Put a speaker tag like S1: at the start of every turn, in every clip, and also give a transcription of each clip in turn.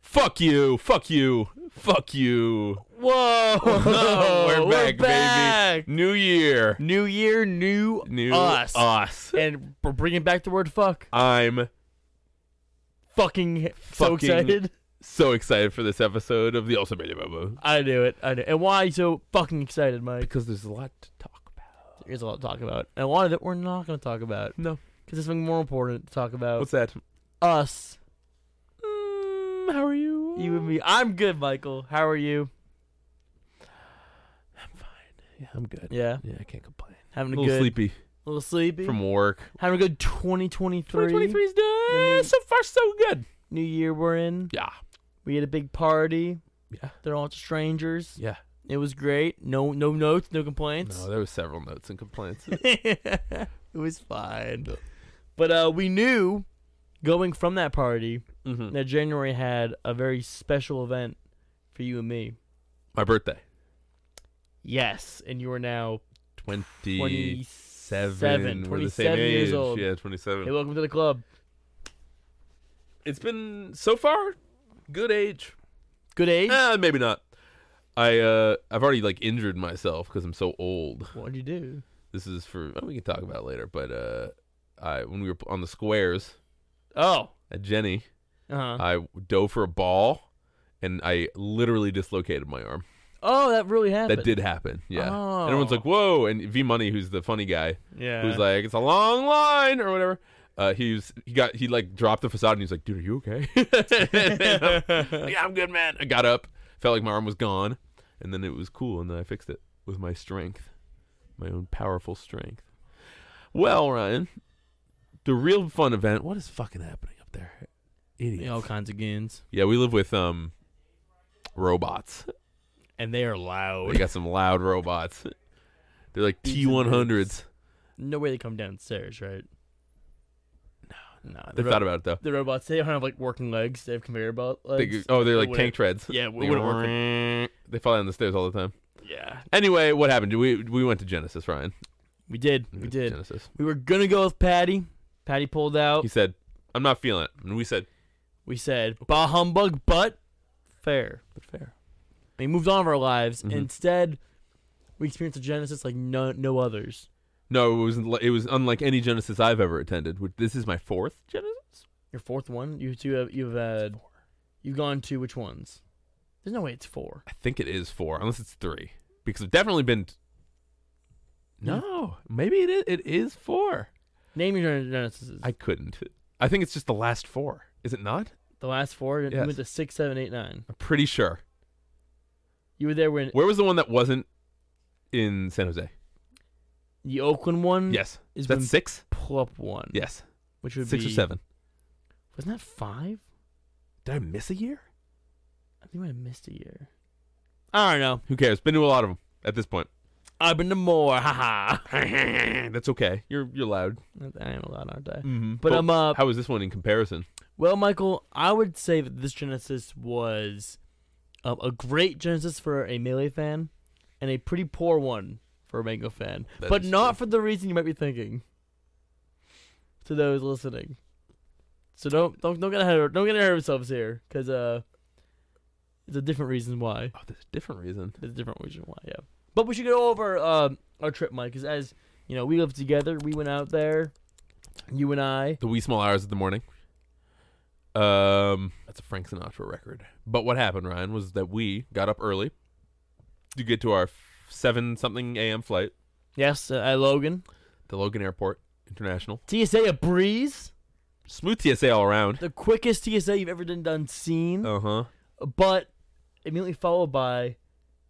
S1: Fuck you. Fuck you. Fuck you.
S2: Whoa!
S1: Oh, we're, back,
S2: back.
S1: baby. New year.
S2: New year, new,
S1: New
S2: us.
S1: us.
S2: and we're bringing back the word fuck.
S1: I'm
S2: Fucking so
S1: Fucking-
S2: excited.
S1: so excited for this episode of the Ultimate Bobo
S2: I knew it. I knew. And why are you so fucking excited, Mike?
S1: because there's a lot to talk about.
S2: There's a lot to talk about, and a lot of it we're not going to talk about
S1: No.
S2: because there's something more important to talk about.
S1: What's that?
S2: Us,
S1: Mm, how are you?
S2: you and me. I'm good, Michael. How are you?
S1: Yeah, I'm good.
S2: Yeah,
S1: Yeah, I can't complain.
S2: having
S1: A
S2: a
S1: little
S2: good,
S1: sleepy
S2: little sleepy.
S1: from work.
S2: having a good 2023.
S1: 2023's
S2: The new-
S1: done. So far, so good.
S2: New year we're in.
S1: Yeah.
S2: We had a big party.
S1: Yeah.
S2: They're all strangers.
S1: Yeah.
S2: It was great. No, no notes, no complaints.
S1: No, there was several notes and complaints.
S2: it was fine. But uh, we knew going from that party
S1: mm-hmm.
S2: that January had a very special event for you and me.
S1: My birthday.
S2: Yes, and you are now
S1: 27.
S2: 27,
S1: We're the same
S2: 27 years
S1: age.
S2: old.
S1: Yeah,
S2: Hey,
S1: 27.
S2: welcome to the club.
S1: It's been, so far, good age.
S2: Good age.
S1: Eh, maybe not. I uh, I've already like injured myself because I'm so old.
S2: What'd you do?
S1: This is for oh, we can talk about it later. But uh, I when we were on the squares
S2: Oh,
S1: at Jenny,
S2: uh huh.
S1: I dove for a ball, and I literally dislocated my arm.
S2: Oh, that really happened.
S1: That did happen. Yeah. And everyone's
S2: Oh.
S1: like, "Whoa!" And V Money, who's the funny guy,
S2: Yeah.
S1: who's like, "It's a long line" or whatever. Uh, he was he got he like dropped the facade and he was like, "Dude, are you okay?" And I'm like, yeah, I'm good, man. I got up, felt like my arm was gone, and then it was cool, and then I fixed it with my strength, my own powerful strength. Well, Ryan, the real fun event. What is fucking happening up there? Idiots.
S2: all kinds of gins,
S1: Yeah, we live with um robots.
S2: and they are
S1: We
S2: loud.
S1: got some loud robots. They're like
S2: Oh, These are
S1: T100s.
S2: No way they come downstairs, right? No, no.
S1: They
S2: The, ro-
S1: thought about it though.
S2: the robots they don't have like working legs. They have conveyor belt
S1: They-
S2: legs.
S1: oh, they're
S2: It
S1: like
S2: wouldn't-
S1: tank treads.
S2: Yeah, it
S1: They
S2: wouldn't
S1: go,
S2: work. with-
S1: They fall down the stairs all the time.
S2: Yeah,
S1: Anyway, what happened? We we went to Genesis, Ryan.
S2: we did.
S1: We
S2: We
S1: went to
S2: did. Oh.
S1: Genesis.
S2: We were gonna go with Patty. Patty pulled out.
S1: He said, "I'm not feeling it," and we said,
S2: We said bah humbug, but fair.
S1: "But fair."
S2: We moved on with our lives.
S1: Mhm.
S2: Instead, we experienced a Genesis like no no others.
S1: No, it was li- it was unlike any Genesis I've ever attended. which- This is my fourth Genesis.
S2: Your fourth one. You two have you've had
S1: Four.
S2: you've gone to which ones? There's no way it's four.
S1: I think it is four, unless it's three, because I've definitely been. t- no, maybe it is, it is four.
S2: Name your Genesis.
S1: I couldn't. I think it's just the last four. Is it not?
S2: The last four. You
S1: Yes.
S2: went to six, seven, eight, nine.
S1: I'm pretty sure.
S2: You were there when
S1: Where was the one that wasn't in San Jose?
S2: the Oakland one
S1: Yes,
S2: is
S1: is
S2: when
S1: that six?
S2: pull up one.
S1: Yes,
S2: Which would
S1: six
S2: be
S1: or seven.
S2: Wasn't that five?
S1: Did I miss a year?
S2: I think I might have missed a year. I don't know.
S1: Who cares? Been to a lot of them at this point.
S2: I've been to more. Haha.
S1: That's okay. You're you're loud.
S2: I am allowed, aren't I?
S1: Mm-hmm.
S2: But I'm uh,
S1: How is this one in comparison?
S2: well, Michael. I would say that this Genesis was uh, a great Genesis for a melee fan, and a pretty poor one for a Mango fan.
S1: That
S2: but
S1: is
S2: not
S1: true.
S2: for the reason you might be thinking. To those listening, so don't don't don't get ahead of, don't get ahead of yourselves here, because uh, it's a different reason why.
S1: Oh, there's a different reason.
S2: There's a different reason why, yeah. But we should go over um, our trip, Mike, because as you know, we lived together. We went out there, you and I.
S1: The wee small hours of the morning. Um, that's a Frank Sinatra record. But what happened, Ryan, was that we got up early to get to our f- seven something a.m. flight
S2: Yes, uh, at Logan.
S1: to Logan Airport International.
S2: TSA a breeze,
S1: Smooth TSA all around.
S2: the quickest TSA you've ever done done seen,
S1: Uh huh.
S2: but immediately followed by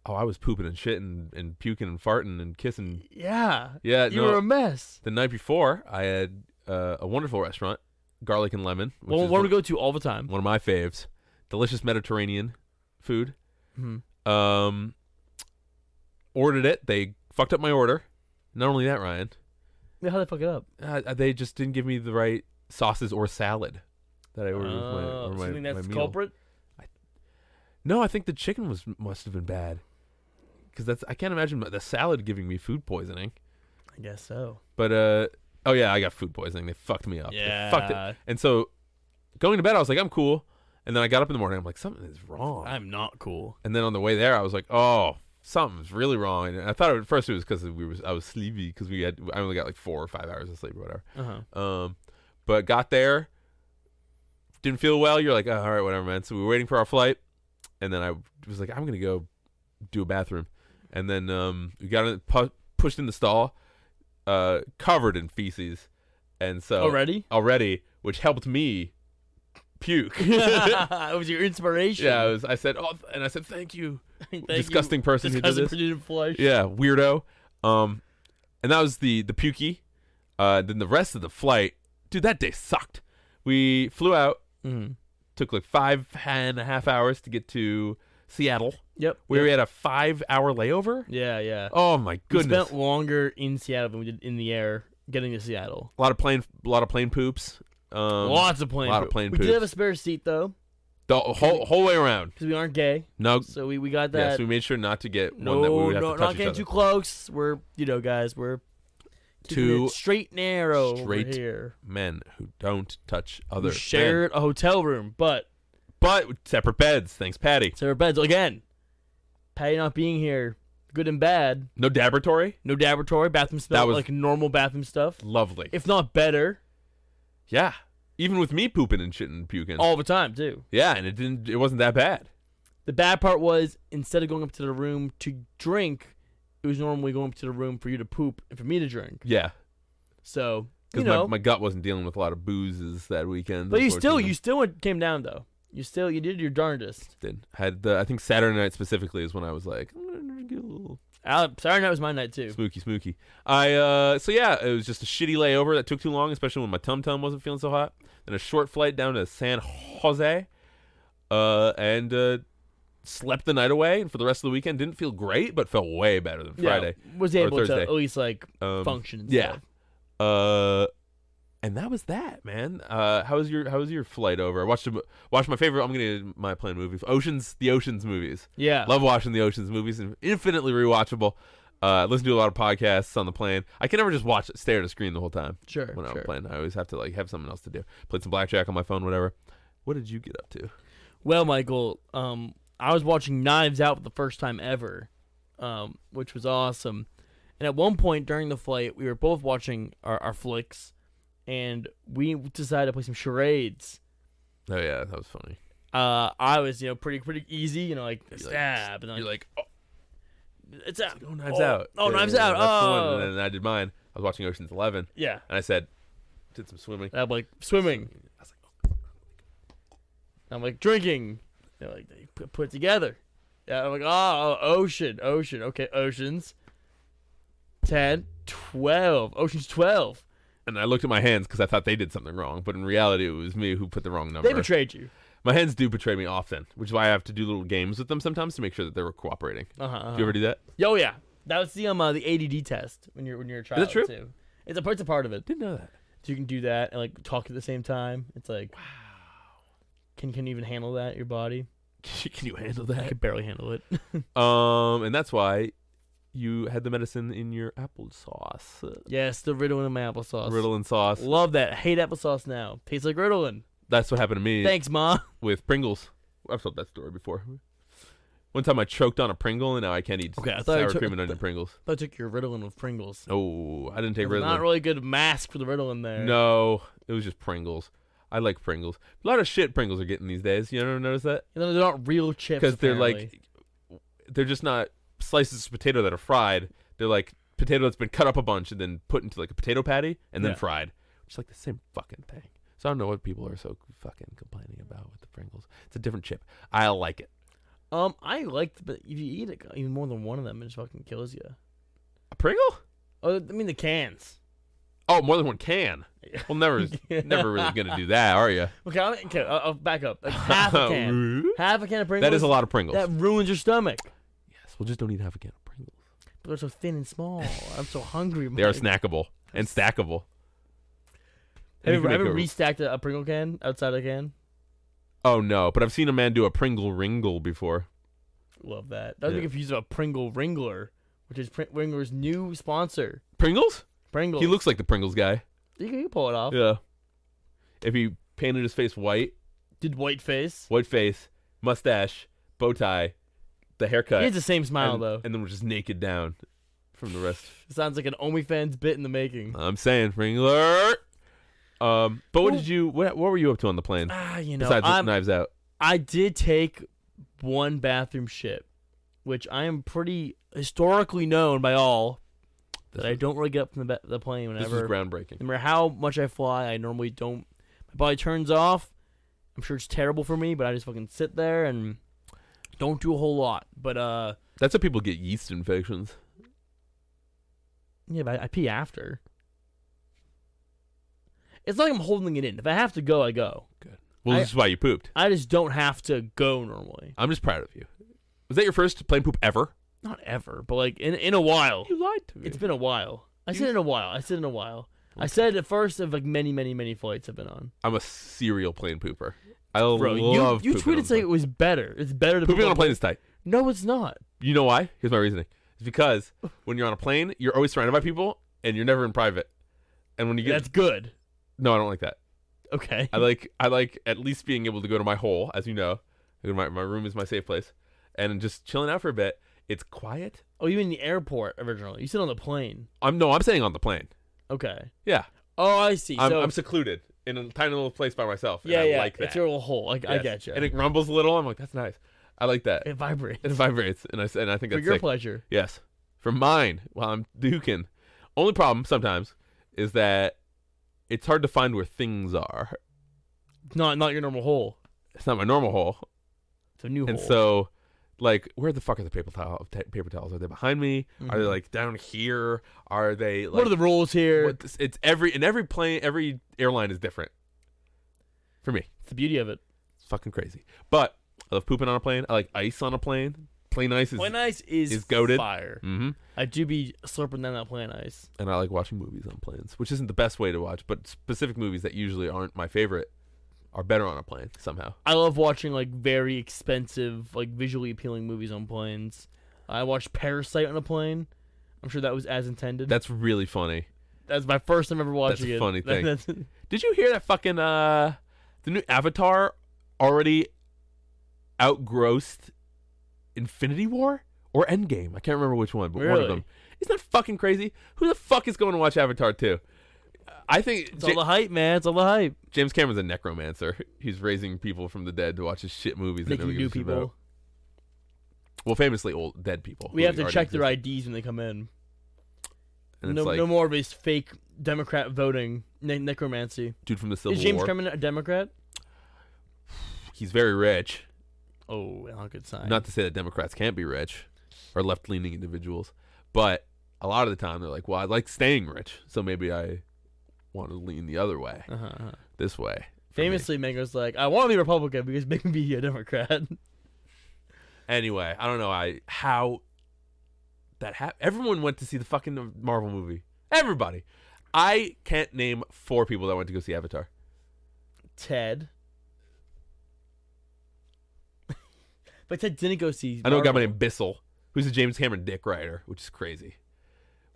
S1: Oh, I was pooping and shitting and puking and farting and kissing.
S2: yeah,
S1: Yeah,
S2: you
S1: no.
S2: were a mess.
S1: the night before, I had uh, a wonderful restaurant, Garlic and Lemon, which
S2: Well,
S1: is
S2: where
S1: one,
S2: we go to all the time.
S1: one of my faves. Delicious Mediterranean food.
S2: hmm
S1: Um, ordered it. They fucked up my order. Not only that, Ryan,
S2: Yeah, how they fuck it up?
S1: uh, they just didn't give me the right sauces or salad that I ordered with my,
S2: Oh,
S1: or
S2: so
S1: my,
S2: you think that's
S1: my
S2: the
S1: meal.
S2: culprit?
S1: No, I think the chicken was must have been bad. Because that's I can't imagine the salad giving me food poisoning.
S2: I guess so.
S1: But uh, oh yeah, I got food poisoning. They fucked me up. They fucked it. And so going to bed, I was like, I'm cool. And then I got up in the morning. I'm like, something is wrong.
S2: I'm not cool.
S1: And then on the way there, I was like, oh, something's really wrong. And I thought at first it was because we was I was sleepy because we had I only got like four or five hours of sleep or whatever.
S2: Uh huh.
S1: Um, but got there, didn't feel well. You're like, oh, all right, whatever, man. So we were waiting for our flight, and then I was like, I'm gonna go do a bathroom, and then um, we got in, pu- pushed in the stall, uh, covered in feces, and so
S2: Already?
S1: already, which helped me puke. yeah,
S2: it was your inspiration.
S1: I was. I said, oh, and I said, thank you,
S2: Thank
S1: disgusting
S2: You.
S1: person who
S2: Disgusting
S1: did this.
S2: produced flesh.
S1: Yeah, weirdo. Um, and that was the the pukey. Uh, then the rest of the flight, dude, that day sucked. We flew out,
S2: Mhm.
S1: took like five and a half hours to get to Seattle.
S2: Yep.
S1: We
S2: yep.
S1: had a five hour layover.
S2: Yeah, yeah.
S1: Oh my
S2: We
S1: goodness!
S2: spent longer in Seattle than we did in the air getting to Seattle.
S1: A lot of plane, a lot of plane poops. Um,
S2: Lots of plane.
S1: lot of
S2: poop.
S1: plane
S2: We
S1: poops.
S2: did have a spare seat though,
S1: the whole whole way around.
S2: because we aren't gay,
S1: No,
S2: so we, we got
S1: Oh. yes,
S2: that.
S1: we made sure not to get
S2: no,
S1: one that we would have
S2: no,
S1: to touch
S2: not
S1: each
S2: getting
S1: other.
S2: too close. We're you know, guys, we're keeping
S1: Two
S2: it straight and narrow
S1: straight
S2: over here.
S1: Men who don't touch
S2: We
S1: other men,
S2: shared a hotel room, but
S1: but with separate beds. Thanks, Patty.
S2: separate beds again. Patty not being here, good and bad.
S1: No laboratory.
S2: No laboratory, bathroom stuff,
S1: was-
S2: like normal bathroom stuff,
S1: Lovely.
S2: if not better,
S1: Yeah. Even with me pooping and shitting and puking.
S2: all the time too.
S1: Yeah, and it didn't it wasn't that bad.
S2: The bad part was instead of going up to the room to drink, it was normally going up to the room for you to poop and for me to drink.
S1: Yeah.
S2: So you
S1: Because
S2: know,
S1: my, my gut wasn't dealing with a lot of boozes that weekend.
S2: but you still
S1: unfortunately.
S2: you still went- came down though. You still you did your darndest.
S1: did. Had the I think Saturday night specifically is when I was like, I'm gonna get a little
S2: Uh, Saturday night was my night too.
S1: spooky spooky. I uh so yeah, it was just a shitty layover that took too long, especially when my tum tum wasn't feeling so hot. Then a short flight down to San Jose. Uh and uh slept the night away and for the rest of the weekend didn't feel great, but felt way better than Friday.
S2: yeah, was
S1: or
S2: able to
S1: Thursday.
S2: at least like
S1: Um,
S2: function. and
S1: yeah.
S2: stuff.
S1: Uh, and that was that, man. Uh, how was your how was your flight over? I watched a, watched my favorite. I'm gonna my plan movie, Oceans, the Oceans movies.
S2: yeah.
S1: Love watching the Oceans movies, and infinitely rewatchable. Uh, listen to a lot of podcasts on the plane. I can never just watch stare at a screen the whole time
S2: sure.
S1: when I'm
S2: sure.
S1: playing. I always have to like have something else to do. Played some blackjack on my phone, whatever. What did you get up to?
S2: Well, Michael, um, I was watching Knives Out for the first time ever, um, which was awesome. And at one point during the flight, we were both watching our, our flicks, and we decided to play some charades.
S1: Oh yeah, that was funny.
S2: Uh, I was, you know, pretty pretty easy, you know, like
S1: You're like-
S2: stab, and
S1: You're
S2: then
S1: like, oh,
S2: like, it's out.
S1: oh, knives
S2: Uh, oh,
S1: out.
S2: Oh,
S1: Yeah,
S2: knives
S1: yeah,
S2: out.
S1: that's the one.
S2: Oh,
S1: And then I did mine. I was watching Oceans Eleven,
S2: yeah.
S1: and I said, did some swimming.
S2: And I'm like swimming.
S1: I was like,
S2: "Oh, I'm like drinking. They're like they put, put together. Yeah, I'm like, oh, oh, ocean, ocean. Okay, oceans. 10, 12. Oceans 12.
S1: and I looked at my hands because I thought they did something wrong, but in reality, it was me who put the wrong number.
S2: They betrayed you.
S1: my hands do betray me often, which is why I have to do little games with them sometimes to make sure that they're cooperating.
S2: Uh-huh. uh-huh.
S1: Do you ever do that?
S2: Yo, yeah. That was the um uh, the ADD test when you're when you're a child
S1: true?
S2: too. It's a it's a part of it.
S1: Didn't know that.
S2: So you can do that and like talk at the same time. It's like can can you even handle that your body?
S1: Can you handle
S2: I
S1: that?
S2: could barely handle it.
S1: Um, and that's why you had the medicine in your applesauce, uh,
S2: yes, the riddling in my applesauce.
S1: riddle and sauce.
S2: Love that. Hate applesauce now. Tastes like riddling.
S1: That's what happened to me
S2: Thanks, ma.
S1: with Pringles. I've told that story before. One time I choked on a Pringle and now I can't eat
S2: Okay, I thought you
S1: sour
S2: took-
S1: cream and onion Pringles.
S2: I took your Ritalin with Pringles.
S1: Oh, I didn't take
S2: That's
S1: Ritalin.
S2: Not really good mask for the Ritalin there.
S1: No, it was just Pringles. I like Pringles. A lot of shit Pringles are getting these days. You ever notice that?
S2: And then they're not real chips.
S1: Because they're
S2: apparently.
S1: like, they're just not slices of potato that are fried. They're like potato that's been cut up a bunch and then put into like a potato patty and then
S2: Yeah.
S1: fried, which is like the same fucking thing. So I don't know what people are so fucking complaining about with the Pringles. It's a different chip. I like it.
S2: um, I like, but if you eat it, even more than one of them, it just fucking kills you.
S1: A Pringle?
S2: Oh, I mean the cans.
S1: Oh, more than one can. Well, never, never really gonna do that, are you?
S2: Okay, I'm, okay, I'll, I'll back up. Like half a can, half a can of Pringles.
S1: that is a lot of Pringles.
S2: That ruins your stomach.
S1: yes, well, just don't eat half a can of Pringles.
S2: But they're so thin and small. I'm so hungry.
S1: They are
S2: Mike.
S1: snackable and stackable.
S2: Have
S1: And
S2: you
S1: you can
S2: ever, have you
S1: make
S2: ever
S1: a-
S2: restacked a, a Pringle can outside a can?
S1: oh no, but I've seen a man do a Pringle Ringle before.
S2: Love that. That would be
S1: Yeah.
S2: confused about Pringle Ringler, which is Pring- Ringler's new sponsor.
S1: Pringles?
S2: Pringles.
S1: He looks like the Pringles guy.
S2: You can, you can pull it off.
S1: Yeah. If he painted his face white
S2: Did whiteface.
S1: white face, mustache, bow tie, the haircut.
S2: He has the same smile
S1: and,
S2: though.
S1: and then we're just naked down from the rest.
S2: Sounds like an OnlyFans bit in the making.
S1: I'm saying, Fringler. Um, but what
S2: Well-
S1: did you? What, what were you up to on the plane
S2: Ah, you know,
S1: besides
S2: I'm-
S1: Knives Out?
S2: I did take one bathroom shit, which I am pretty historically known by all that
S1: This
S2: I
S1: was-
S2: don't really get up from the, ba- the plane
S1: This
S2: whenever.
S1: was groundbreaking.
S2: no matter how much I fly, I normally don't. My body turns off. I'm sure it's terrible for me, but I just fucking sit there and don't do a whole lot. But uh,
S1: That's how people get yeast infections.
S2: yeah, but I, I pee after. It's like I'm holding it in. If I have to go, I go.
S1: Well,
S2: I-
S1: this is why you pooped.
S2: I just don't have to go normally.
S1: I'm just proud of you. Was that your first plane poop ever?
S2: Not ever, but like in in a while.
S1: You lied to me.
S2: It's been a while. I
S1: You-
S2: said in a while. I said in a while. I said at first of like many, many, many flights I've been on.
S1: I'm a serial plane pooper. I
S2: Bro,
S1: love
S2: you, you
S1: pooping on a
S2: tweeted saying
S1: plane.
S2: it was better. It's better to
S1: pooping
S2: poop
S1: on a plane is tight.
S2: No, it's not.
S1: You know why? Here's my reasoning. It's because when you're on a plane, you're always surrounded by people, and you're never in private. And when you get
S2: That's good.
S1: no, I don't like that.
S2: Okay.
S1: I like I like at least being able to go to my hole, as you know. My my room is my safe place, and just chilling out for a bit. It's quiet.
S2: Oh, you mean the airport originally? You said on the plane.
S1: I'm no, I'm saying on the plane.
S2: Okay.
S1: Yeah,
S2: Oh, I see.
S1: I'm,
S2: so
S1: I'm secluded in a tiny little place by myself.
S2: yeah,
S1: and I
S2: yeah.
S1: like that.
S2: It's your little hole. I, I
S1: Yes.
S2: get you.
S1: And
S2: It,
S1: it rumbles a little. I'm like, that's nice. I like that.
S2: vibrates
S1: It vibrates, and I s- and I think
S2: for
S1: that's
S2: your
S1: sick.
S2: pleasure.
S1: Yes, for mine. While I'm duking, only problem sometimes is that it's hard to find where things are.
S2: Not not your normal hole.
S1: It's not my normal hole,
S2: It's a new
S1: And
S2: hole.
S1: so, like, where the fuck are the paper towel ta- paper towels? Are they behind me? Are they
S2: Mhm.
S1: like down here? Are they like
S2: what are the rules here?
S1: what this- it's every and every plane, every airline is different. For me,
S2: It's the beauty of it.
S1: it's fucking crazy. But I love pooping on a plane. I like ice on a plane. Plane ice is.
S2: Plane ice is
S1: is goated.
S2: fire.
S1: hmm
S2: I do be slurping down that plane ice.
S1: And I like watching movies on planes, which isn't the best way to watch, but specific movies that usually aren't my favorite are better on a plane somehow.
S2: I love watching like very expensive, like visually appealing movies on planes. I watched Parasite on a plane. I'm sure that was as intended.
S1: That's really funny.
S2: That's my first time ever watching
S1: a
S2: it.
S1: funny thing.
S2: That's-
S1: Did you hear that fucking uh the new Avatar already outgrossed Infinity War or Endgame? I can't remember which one, but one
S2: Really?
S1: of them. Isn't that fucking crazy? Who the fuck is going to watch Avatar 2? I think
S2: it's
S1: Ja-
S2: all the hype, man. It's all the hype.
S1: James Cameron's a necromancer. He's raising people from the dead to watch his shit movies. that
S2: Making
S1: nobody
S2: new
S1: gives a shit
S2: people.
S1: about. Well, famously old dead people.
S2: We
S1: who
S2: have to
S1: already
S2: check their
S1: exist.
S2: IDs when they come in.
S1: And it's
S2: No,
S1: like,
S2: no more of his fake Democrat voting ne- necromancy.
S1: dude from the Civil
S2: is James
S1: War.
S2: Cameron a Democrat?
S1: He's very rich.
S2: Oh, not a good sign.
S1: Not to say that Democrats can't be rich or left leaning individuals, but a lot of the time they're like, well, I like staying rich, so maybe I want to lean the other way,
S2: Uh-huh, uh-huh.
S1: this way. for me."
S2: Famously, Mango's like, I want to be Republican because make me be a Democrat.
S1: Anyway, I don't know I how that happened. Everyone went to see the fucking Marvel movie. Everybody. I can't name four people that went to go see Avatar.
S2: Ted. but Ted didn't go see.
S1: I know a guy by
S2: Marvel.
S1: named Bissell, who's a James Cameron dick writer, which is crazy.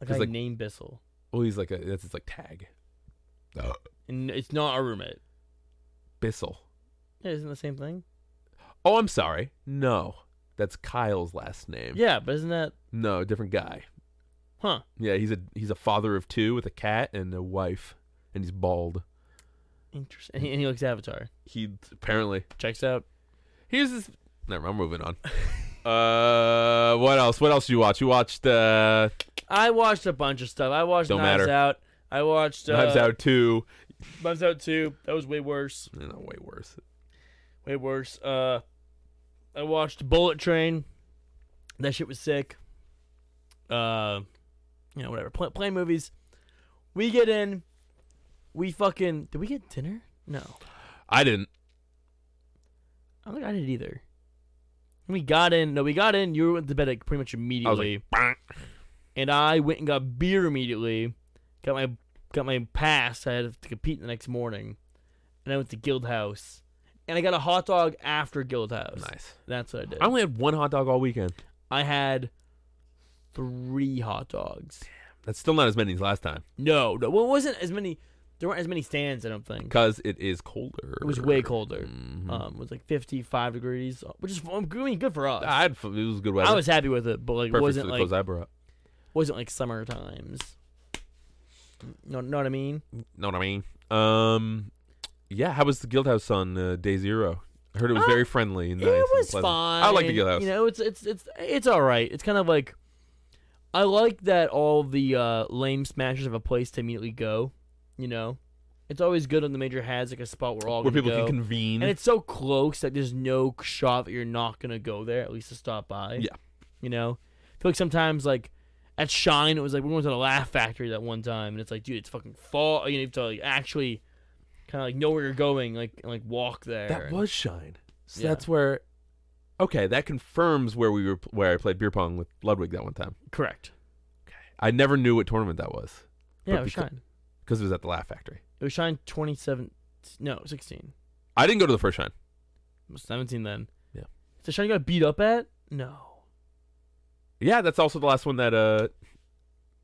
S2: A guy
S1: He's like-
S2: named Bissell,
S1: Well, he's like a that's his like tag. Uh,
S2: and it's not our roommate.
S1: Bissell.
S2: Yeah, isn't the same thing?
S1: Oh, I'm sorry. No, that's Kyle's last name.
S2: Yeah, but isn't that
S1: No, different guy.
S2: huh?
S1: Yeah, he's a he's a father of two with a cat and a wife, and he's bald.
S2: Interesting. And he, and he likes Avatar.
S1: He apparently
S2: Checks out.
S1: here's this. Never mind, I'm moving on. uh, what else? What else did you watch? You watched uh,
S2: I watched a bunch of stuff. I watched
S1: Don't
S2: Knives
S1: matter.
S2: Out. I watched uh,
S1: Knives Out two.
S2: Knives Out two. That was way worse.
S1: No, way worse.
S2: Way worse. Uh, I watched Bullet Train. That shit was sick. Uh, you know, whatever. Pl- play movies. We get in. We fucking. Did we get dinner? No,
S1: I didn't.
S2: I don't think I did either. We got in. No, we got in. You went to bed like pretty much
S1: I was
S2: immediately,
S1: like, "Bonk."
S2: and I went and got beer immediately. Got my got my pass. I had to compete the next morning, and I went to Guild House, and I got a hot dog after Guild House.
S1: nice.
S2: That's what I did.
S1: I only had one hot dog all weekend.
S2: I had three hot dogs.
S1: That's still not as many as last time.
S2: No, no. Well, it wasn't as many. There weren't as many stands, I don't think.
S1: because it is colder.
S2: It was way colder.
S1: Mhm.
S2: Um, it was like 55 degrees, which is I mean, good for us. I,
S1: I'd f- it was good weather.
S2: was happy with it, but like
S1: perfect
S2: wasn't
S1: for the
S2: like
S1: clothes I brought.
S2: wasn't like summer times. No, know what I mean?
S1: Know what I mean? Um, yeah. How was the Guildhouse on uh, day zero? I heard it was
S2: Uh,
S1: very friendly and nice.
S2: it
S1: and
S2: was
S1: pleasant.
S2: fine.
S1: I like the Guildhouse.
S2: You know, it's it's it's it's all right. It's kind of like I like that all the uh, lame smashers have a place to immediately go. You know, it's always good when the major has like a spot where all
S1: Where
S2: gonna
S1: people
S2: go.
S1: can convene.
S2: and it's so close that there's no shot that you're not gonna go there at least to stop by.
S1: Yeah.
S2: you know, I feel like sometimes like at Shine it was like we went to the Laugh Factory that one time, and it's like, dude, it's fucking far. You know, you have to like actually kind of like know where you're going, like and, like walk there.
S1: that
S2: and-
S1: was Shine. So
S2: Yeah.
S1: that's where. Okay, that confirms where we were. Where I played beer pong with Ludwig that one time.
S2: correct.
S1: I never knew what tournament that was
S2: Yeah,
S1: But
S2: it was
S1: becau-
S2: Shine.
S1: because it was at the Laugh Factory.
S2: It was Shine 27. No, 16.
S1: I didn't go to the first Shine.
S2: It was 17 then.
S1: Yeah.
S2: So Shine got beat up at? No.
S1: Yeah, that's also the last one that uh,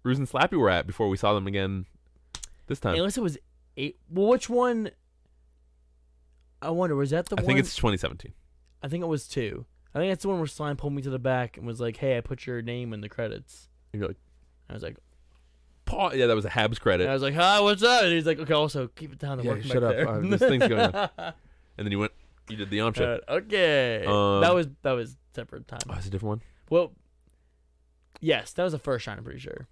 S1: Ruse and Slappy were at before we saw them again. This time,
S2: Unless it was 8. Well, which one? I wonder, was that the
S1: I
S2: one?
S1: think it's 2017.
S2: I think it was 2. I think that's the one where Slime pulled me to the back and was like, hey, I put your name in the credits.
S1: And you're like,
S2: I was like,
S1: Paw. Yeah, that was a Habs
S2: and
S1: credit.
S2: I was like, hi, what's up? And he's like, okay, also keep it down. I'm
S1: Yeah,
S2: working
S1: shut
S2: back
S1: up.
S2: there."
S1: Uh, this thing's Oh, going
S2: on.
S1: And then you went, you did the arm
S2: Uh,
S1: shot.
S2: okay.
S1: Um,
S2: that was that was separate time.
S1: oh, it's a different one.
S2: Well, yes, that was the first shine. I'm pretty sure.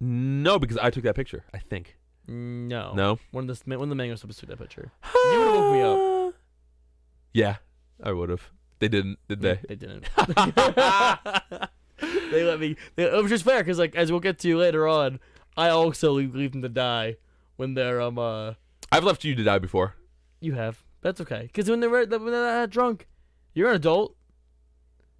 S1: No, because I took that picture. I think.
S2: No,
S1: No.
S2: One of the one of the mangoes supposed to that picture. Oh. You would've woke me
S1: up. Yeah, I would have. They didn't, did they?
S2: They didn't. they let me. They, it was just fair because, like, as we'll get to later on, I also leave, leave them to die when they're um uh.
S1: I've left you to die before.
S2: You have. That's okay. Because when they're when they're that drunk, you're an adult.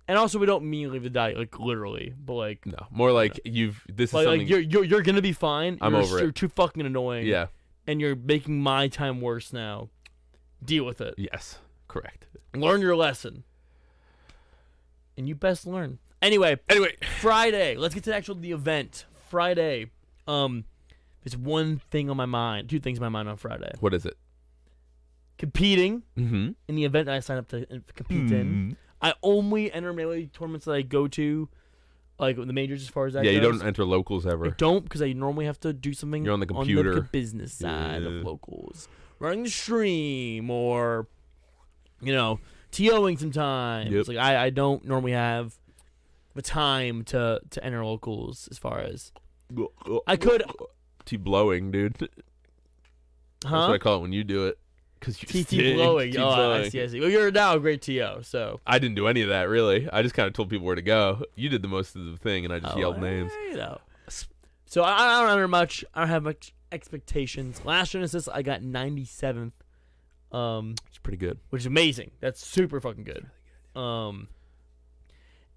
S2: And also, we don't mean leave to die like literally, but like
S1: No, more like you've. This is
S2: like, like,
S1: something.
S2: you're, you're you're gonna be fine.
S1: I'm
S2: you're,
S1: over it.
S2: You're too fucking annoying.
S1: yeah.
S2: And you're making my time worse now. Deal with it.
S1: Yes. Correct.
S2: Learn your lesson. And you best learn. Anyway,
S1: Anyway,
S2: Friday. Let's get to the actual the event. Friday. Um there's one thing on my mind. Two things on my mind on Friday.
S1: what is it?
S2: Competing
S1: Mm-hmm. Mm.
S2: in the event that I signed up to uh, compete
S1: Hmm.
S2: in. I only enter melee tournaments that I go to, like the majors as far as that
S1: Yeah, you
S2: goes.
S1: don't enter locals
S2: I
S1: ever.
S2: don't because I normally have to do something
S1: You're on the
S2: on
S1: computer.
S2: the business side
S1: Yeah.
S2: of locals, running the stream or you know TOing sometimes.
S1: Yep.
S2: Like I, I don't normally have the time to to enter locals as far as I could-
S1: T blowing, dude. That's what
S2: huh
S1: I call it when you do it. Because you
S2: TT
S1: stink.
S2: blowing.
S1: T
S2: Oh, I
S1: blowing.
S2: see, I see. Well, you're now a great TO, so
S1: I didn't do any of that really. I just kind of told people where to go. You did the most of the thing, and I just
S2: Oh,
S1: yelled
S2: eh,
S1: names.
S2: You know. So I, I don't enter much. I don't have much expectations. Last Genesis, I got 97th, um,
S1: It's pretty good.
S2: which is amazing. That's super fucking good. Um,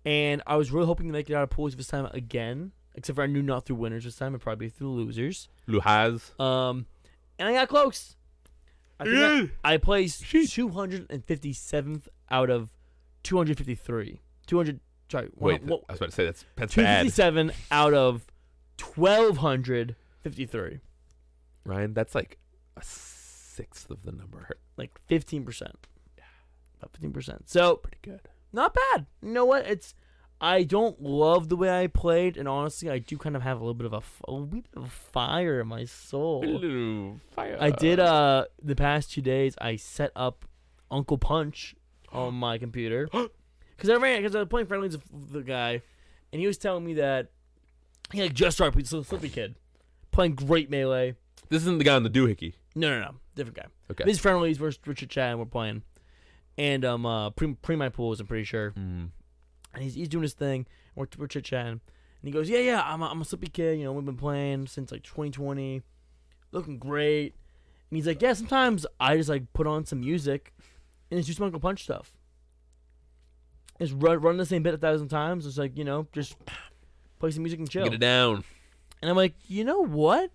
S2: and I was really hoping to make it out of pools this time again, except for I knew not through winners this time. It'd probably be through losers.
S1: Luhaz.
S2: Um, and I got close. I, think I- I placed
S1: Sheesh.
S2: 257th out of 253. 200. Sorry. one-
S1: Wait,
S2: one-
S1: I was about to say that's that's bad.
S2: 257 out of 1253
S1: Ryan, that's like a sixth of the number.
S2: like 15% about 15% so
S1: Pretty good.
S2: not bad you know what it's i don't love the way i played and honestly i do kind of have a little bit of a, f- a little bit of a fire in my soul
S1: Ooh, fire.
S2: Oh. i did uh the past two days i set up uncle punch on my computer because i ran because i was playing friendlies with the guy and he was telling me that he like just started he's a slippy kid playing great melee
S1: This isn't the guy on the doohickey.
S2: No, no, no, different guy.
S1: Okay.
S2: This is friendlies versus Richard Chad, and we're playing. And um, uh, pre pre my pools, I'm pretty sure.
S1: Mm.
S2: And he's, he's doing his thing. And we're, we're chit chatting, and he goes, "Yeah, yeah, I'm a, I'm a slippy kid. You know, we've been playing since like 2020, looking great." And he's like, "Yeah, sometimes I just like put on some music, and it's just Uncle Punch stuff. Just run run the same bit a thousand times. It's like you know, just play some music and chill."
S1: Get it down.
S2: And I'm like, you know what?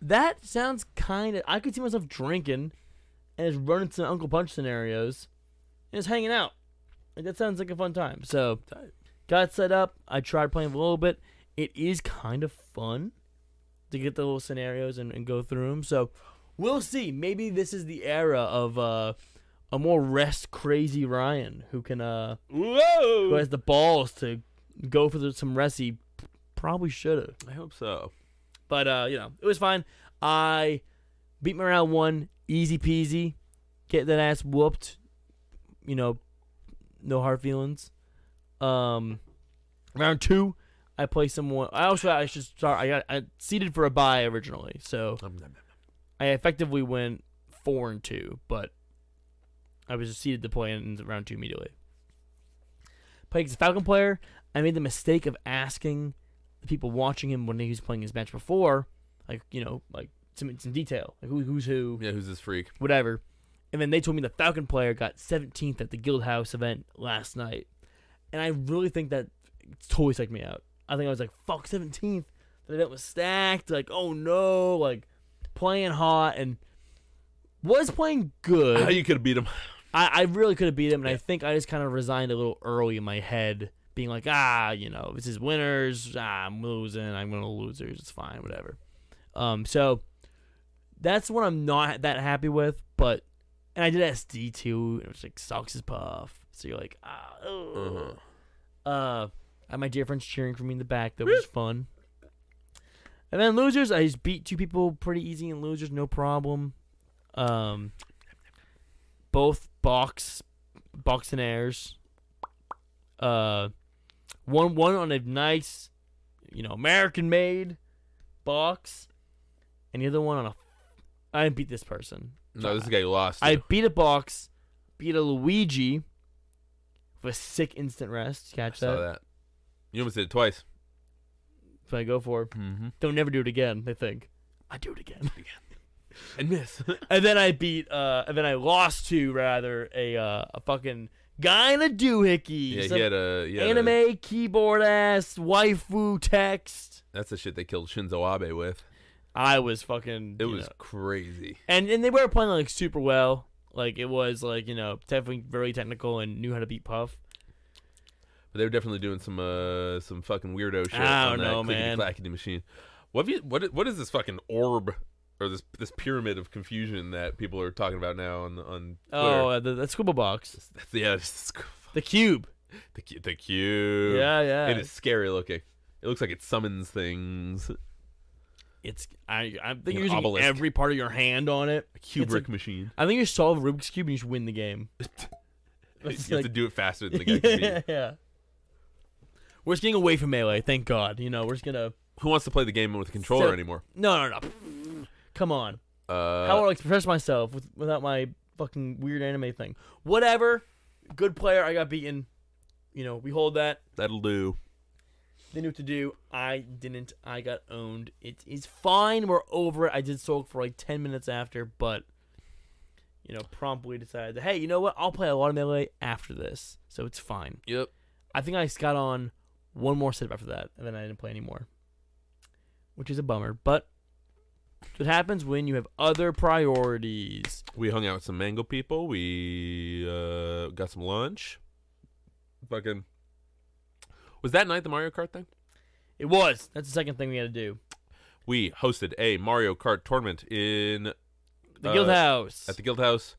S2: That sounds kind of. I could see myself drinking and just running some Uncle Punch scenarios and just hanging out. Like, that sounds like a fun time. So, got set up. I tried playing a little bit. It is kind of fun to get the little scenarios and, and go through them. So we'll see. Maybe this is the era of uh, a more rest crazy Ryan who can uh, who
S1: Whoa!
S2: has the balls to go for the, some rest he p- probably should have.
S1: I hope so.
S2: But uh, you know, it was fine. I beat me round one, easy peasy. Get that ass whooped. You know, no hard feelings. Um, round two, I play someone. I also I should start. I got I seeded for a bye originally, so
S1: Nom, nom, nom.
S2: I effectively went four and two, but I was just seeded to play in round two immediately. Playing as a Falcon player, I made the mistake of asking the people watching him when he was playing his match before, like you know, like some some detail, like who, who's who,
S1: Yeah, who's this freak?
S2: whatever. And then they told me the Falcon player got 17th at the Guild House event last night, and I really think that totally psyched me out. I think I was like, "Fuck 17th." The event was stacked. Like, oh no, like playing hot and was playing good.
S1: How Ah, you could have beat him?
S2: I, I really could have beat him, and I
S1: Yeah.
S2: think I just kind of resigned a little early in my head, being like, ah, you know, this is winners. Ah, I'm losing. I'm gonna losers. It's fine, whatever. Um, so that's what I'm not that happy with, but and I did SD two, and it was like sucks as puff. So you're like, ah, ugh. uh, I had my dear friends cheering for me in the back. That was fun. And then losers, I just beat two people pretty easy in losers, no problem. Um, both box box and airs. Uh, one one on a nice, you know, American made box, and the other one on a. I beat this person.
S1: No, this guy you lost.
S2: I
S1: to.
S2: beat a box, beat a Luigi with a sick instant rest. Catch
S1: saw
S2: that.
S1: that. You almost did it twice.
S2: That's what I go for.
S1: Mm-hmm.
S2: Don't never do it again, they think. I do it again.
S1: And miss.
S2: and then I beat uh and then I lost to rather a uh a fucking guy in a doohickey.
S1: yeah,
S2: some
S1: he had a he had a-
S2: anime keyboard ass waifu text.
S1: that's the shit they killed Shinzo Abe with.
S2: I was fucking
S1: It
S2: you
S1: was
S2: know.
S1: crazy.
S2: and and they were playing like super well. Like it was like, you know, definitely very technical and knew how to beat Puff.
S1: But they were definitely doing some uh some fucking weirdo shit
S2: I
S1: on
S2: don't
S1: that
S2: know, man.
S1: clickety-clackety machine. What have you what i- what is this fucking orb or this this pyramid of confusion that people are talking about now on on
S2: Oh,
S1: Twitter?
S2: uh, the, the scribble box.
S1: That's- yeah, it's-
S2: The cube.
S1: the cu- the cube.
S2: Yeah, yeah.
S1: It is scary looking. It looks like it summons things.
S2: It's I I think
S1: An
S2: you're using
S1: obelisk.
S2: every part of your hand on it.
S1: A Kubrick machine.
S2: I think you solve Rubik's cube and you should win the game.
S1: You
S2: It's
S1: have to
S2: like-
S1: do it faster than the guy can beat.
S2: yeah. We're just getting away from melee, thank God. You know, we're just gonna
S1: Who wants to play the game with a controller
S2: So-
S1: anymore?
S2: no no no. Come on.
S1: Uh,
S2: How would I express myself with, without my fucking weird anime thing? Whatever. Good player. I got beaten. You know, we hold that.
S1: that'll do.
S2: They knew what to do. I didn't. I got owned. It is fine. We're over it. I did sulk for like 10 minutes after, but, you know, promptly decided, hey, you know what? I'll play a lot of melee after this. So it's fine.
S1: Yep.
S2: I think I just got on one more setup after that, and then I didn't play anymore, which is a bummer. But it's what happens when you have other priorities.
S1: We hung out with some mango people. We uh, got some lunch. Fucking. Was that night the Mario Kart thing?
S2: It was. That's the second thing we had to do.
S1: We hosted a Mario Kart tournament in
S2: The
S1: Uh,
S2: Guild House.
S1: at the Guild House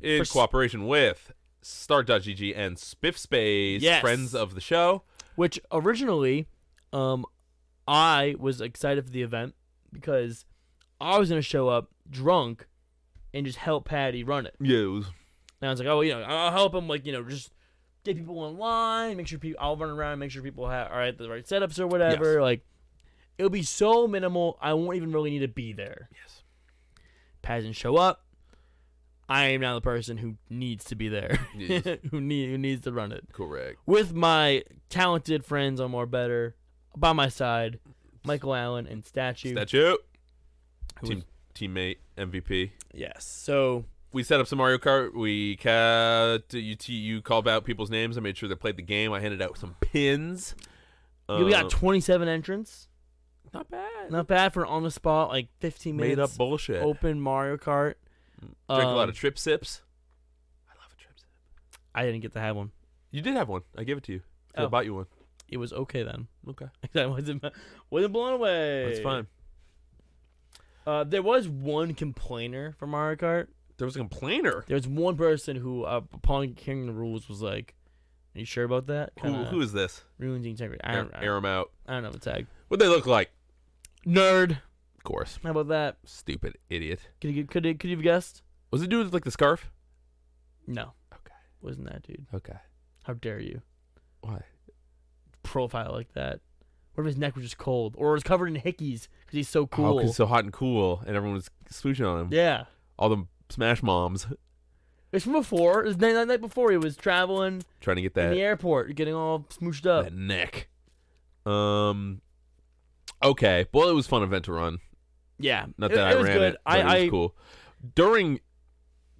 S1: in
S2: For s-
S1: cooperation with Start.gg and Spiff Space,
S2: Yes.
S1: friends of the show.
S2: which originally um i was excited for the event because i was going to show up drunk and just help patty run it
S1: Yeah, it was.
S2: and i was like oh you know i'll help him like you know just get people online make sure people i'll run around and make sure people ha- are at the right setups or whatever like it'll be so minimal i won't even really need to be there
S1: Yes.
S2: patty didn't show up i am now the person who needs to be there
S1: Yes.
S2: who, need, who needs to run it
S1: Correct.
S2: with my talented friends on More Better by my side, Michael Allen and Statue.
S1: Statue.
S2: who
S1: Team,
S2: was-
S1: teammate, MVP.
S2: yes. So
S1: we set up some Mario Kart. We ca- you, t- you called out people's names. I made sure they played the game. I handed out some pins.
S2: we
S1: Uh,
S2: got 27 entrants.
S1: not bad.
S2: Not bad for on the spot, like 15 minutes.
S1: Made up bullshit.
S2: open Mario Kart.
S1: Drink a lot
S2: Um,
S1: of trip sips. I love a trip sip.
S2: I didn't get to have one.
S1: You did have one. I gave it to you. I
S2: Oh.
S1: bought you one.
S2: It was okay then.
S1: Okay,
S2: I wasn't wasn't blown away.
S1: that's fine.
S2: Uh, there was one complainer for Mario Kart.
S1: There was a complainer.
S2: There was one person who, uh, upon hearing the rules, was like, "Are you sure about that?"
S1: Who,
S2: Kinda
S1: who is this?
S2: ruins the integrity? I
S1: Air,
S2: don't, I,
S1: air
S2: don't,
S1: 'em out.
S2: I don't know the tag.
S1: What they look like?
S2: Nerd.
S1: Of course.
S2: How about that?
S1: Stupid idiot.
S2: Could you could you, could you have guessed?
S1: Was it dude with like the scarf?
S2: No.
S1: Okay.
S2: Wasn't that dude?
S1: Okay.
S2: How dare you
S1: Why?
S2: profile like that? What if his neck was just cold, or it was covered in hickeys because he's so
S1: Cool.
S2: cool?
S1: he's Oh, so hot and cool, and everyone was swooshing on him.
S2: yeah.
S1: All the Smash moms
S2: It's from before. It was the night, the night before he was traveling
S1: trying to get
S2: in
S1: that
S2: the airport, getting all smooshed up.
S1: that neck. Um. Okay. Well, it was fun event to run.
S2: yeah,
S1: Not
S2: it,
S1: that I
S2: it was
S1: ran
S2: good.
S1: it. but
S2: I,
S1: it was
S2: I
S1: cool. During,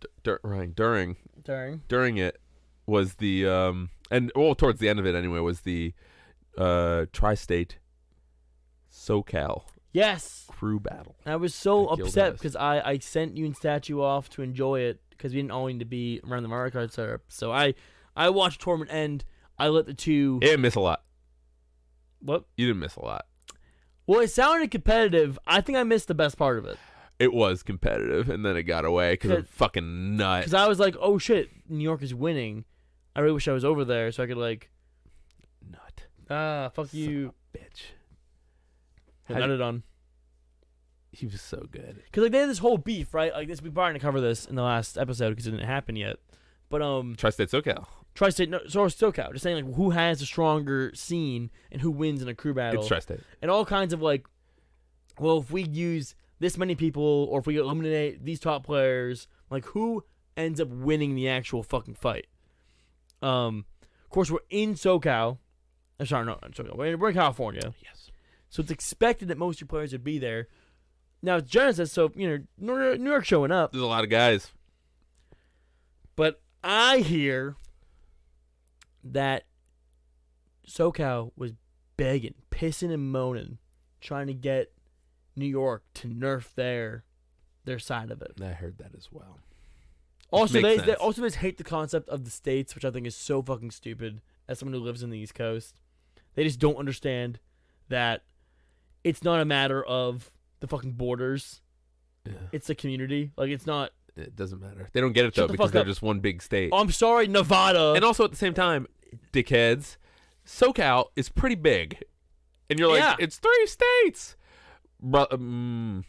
S1: d- dur- Ryan, during
S2: during
S1: during it was the um and well towards the end of it anyway was the uh tri-state SoCal
S2: yes,
S1: crew battle.
S2: I was so
S1: I killed
S2: upset
S1: us.
S2: because I I sent you and Statue off to enjoy it because we didn't all need to be around the Mario Kart setup. So I I watched tournament end. I let the two
S1: It miss a lot.
S2: what.
S1: You didn't miss a lot.
S2: Well, it sounded competitive. I think I missed the best part of it
S1: It was competitive, and then it got away because I'm
S2: Cause-
S1: fucking nut.
S2: because I was like, "Oh shit, New York is winning." I really wish I was over there so I could like,
S1: Nut.
S2: ah, fuck
S1: Son
S2: you,
S1: of a bitch.
S2: and
S1: How
S2: nut
S1: did-
S2: it on.
S1: He was so good.
S2: Because like they had this whole beef, right? Like this, we probably didn't cover this in the last episode because it didn't happen yet. But um,
S1: Tri-state SoCal.
S2: Tri-State, no, so it's SoCal, just saying like who has the stronger scene and who wins in a crew battle,
S1: It's tri-state.
S2: and all kinds of like, well, if we use this many people or if we eliminate these top players, like who ends up winning the actual fucking fight? Um, of course we're in SoCal. I'm sorry, no, not SoCal. We're in, we're in California.
S1: Yes.
S2: So it's expected that most of your players would be there. Now it's Genesis, so you know New York- New York showing up,
S1: There's a lot of guys.
S2: but I hear that SoCal was begging, pissing and moaning, trying to get New York to nerf their their side of it.
S1: I heard that as well.
S2: Also,
S1: makes
S2: they, they
S1: sense.
S2: also they hate the concept of the states, which I think is so fucking stupid. As someone who lives in the East Coast, they just don't understand that it's not a matter of the fucking borders.
S1: Yeah.
S2: It's the community. Like it's not.
S1: It doesn't matter. They don't get it though
S2: Shut the
S1: because
S2: fuck
S1: they're
S2: up.
S1: just one big state.
S2: I'm sorry, Nevada.
S1: And also at the same time, dickheads, SoCal is pretty big, and you're like,
S2: Yeah.
S1: it's three states. Bro, um,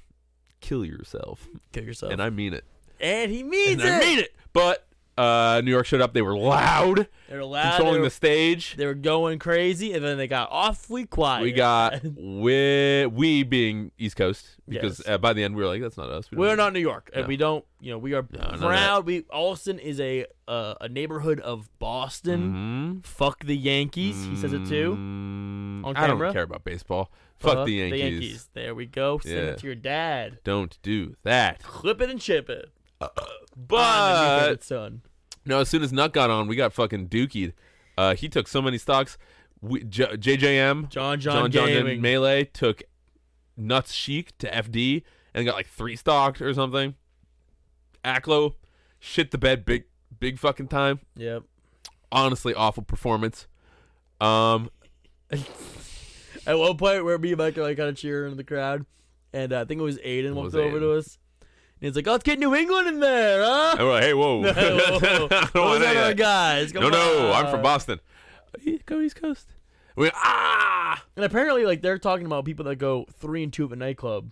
S1: kill yourself,
S2: Kill yourself.
S1: and I mean it.
S2: And he means
S1: And I mean it. But uh, New York showed up. They were loud,
S2: They're loud. Ah, They
S1: controlling
S2: were,
S1: the stage.
S2: they were going crazy, and then they got awfully quiet.
S1: We got we we being East Coast because
S2: Yes.
S1: uh, by the end we were like, that's not us. We don't
S2: We're
S1: know."
S2: not New York, and
S1: No.
S2: we don't. You know, we are
S1: No, no, no.
S2: proud. We Austin is a uh, a neighborhood of Boston.
S1: Mhm.
S2: Fuck the Yankees. He says it too.
S1: Mm,
S2: on
S1: I don't
S2: camera.
S1: care about baseball. Fuck, the, Yankees.
S2: There we go. Send
S1: Yeah.
S2: it to your dad.
S1: Don't do that.
S2: Clip it and chip it. I'm the new
S1: But
S2: favorite son.
S1: No, as soon as Nut got on, we got fucking dookied. Uh, he took so many stocks. We, J- JJM, John
S2: John John,
S1: John and
S2: Gaming.
S1: Melee took Nuts Chic to FD and got like three stocks or something. Aklo shit the bed big big fucking time.
S2: yep.
S1: Honestly, awful performance. Um,
S2: At one point, where me and Mike are like kind of cheering in the crowd, and uh, I think it was Aiden walked
S1: was
S2: over
S1: Aiden.
S2: to us, and he's like, "Oh, "Let's get New England in there, huh?"
S1: and we're like, oh, hey, whoa,
S2: No, whoa, whoa.
S1: I don't
S2: Those
S1: want
S2: are
S1: any of
S2: our
S1: that.
S2: guys.
S1: no,
S2: Come
S1: no, I'm
S2: on.
S1: from Boston. Yeah, Go East Coast. We ah.
S2: And apparently, like they're talking about people that go three and two of a nightclub.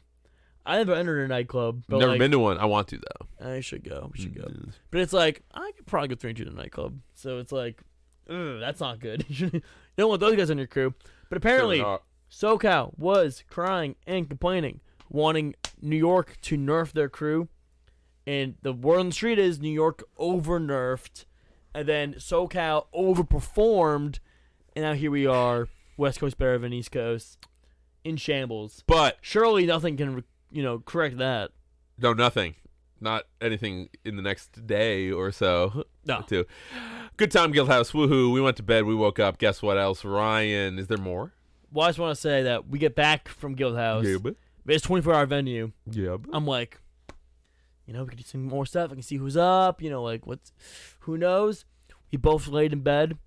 S2: I never entered a nightclub, but
S1: Never
S2: like,
S1: been to one. I want to Mm-hmm. though.
S2: I should go. We should go. But it's like I could probably go three and two to a nightclub. So it's like, ugh, that's not good. you don't want those guys on your crew. But apparently, SoCal was crying and complaining, wanting New York to nerf their crew. And the word on the street is New York over nerfed, and then SoCal overperformed, and now here we are, West Coast better than East Coast, in shambles.
S1: But
S2: Surely nothing can you know correct that.
S1: No, nothing. Not anything in the next day or so.
S2: No.
S1: Too. Good time, Guildhouse. Woohoo. We went to bed. We woke up. Guess what else? Ryan. Is there more?
S2: Well, I just want to say that we get back from Guildhouse.
S1: but.
S2: It's 24 hour venue.
S1: Yeah, but.
S2: I'm like, you know, we could do some more stuff. I can see who's up. You know, like what's, who knows? We both laid in bed.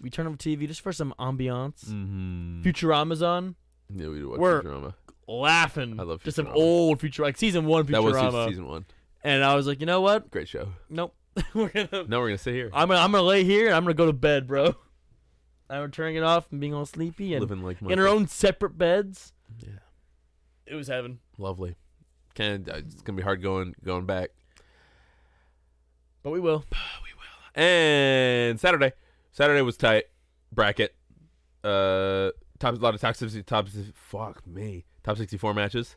S2: We turned on the TV just for some ambiance.
S1: Mm-hmm.
S2: Futurama's on.
S1: Yeah, we did watch
S2: We're-
S1: Futurama.
S2: laughing.
S1: I love
S2: just some
S1: Futurama.
S2: old Future like season one Futurama.
S1: That was season, season one.
S2: And I was like, you know what?
S1: Great show.
S2: Nope. We're gonna.
S1: Now we're gonna sit here,
S2: I'm gonna. I'm gonna lay here and I'm gonna go to bed, bro. I'm turning it off and being all sleepy and
S1: living like
S2: in our own separate beds.
S1: Yeah.
S2: It was heaven.
S1: Lovely. Can it's gonna be hard going going back.
S2: But we will.
S1: And Saturday, Saturday was tight. Bracket. Uh, top a lot of top sixty top. Fuck me. Top sixty four matches.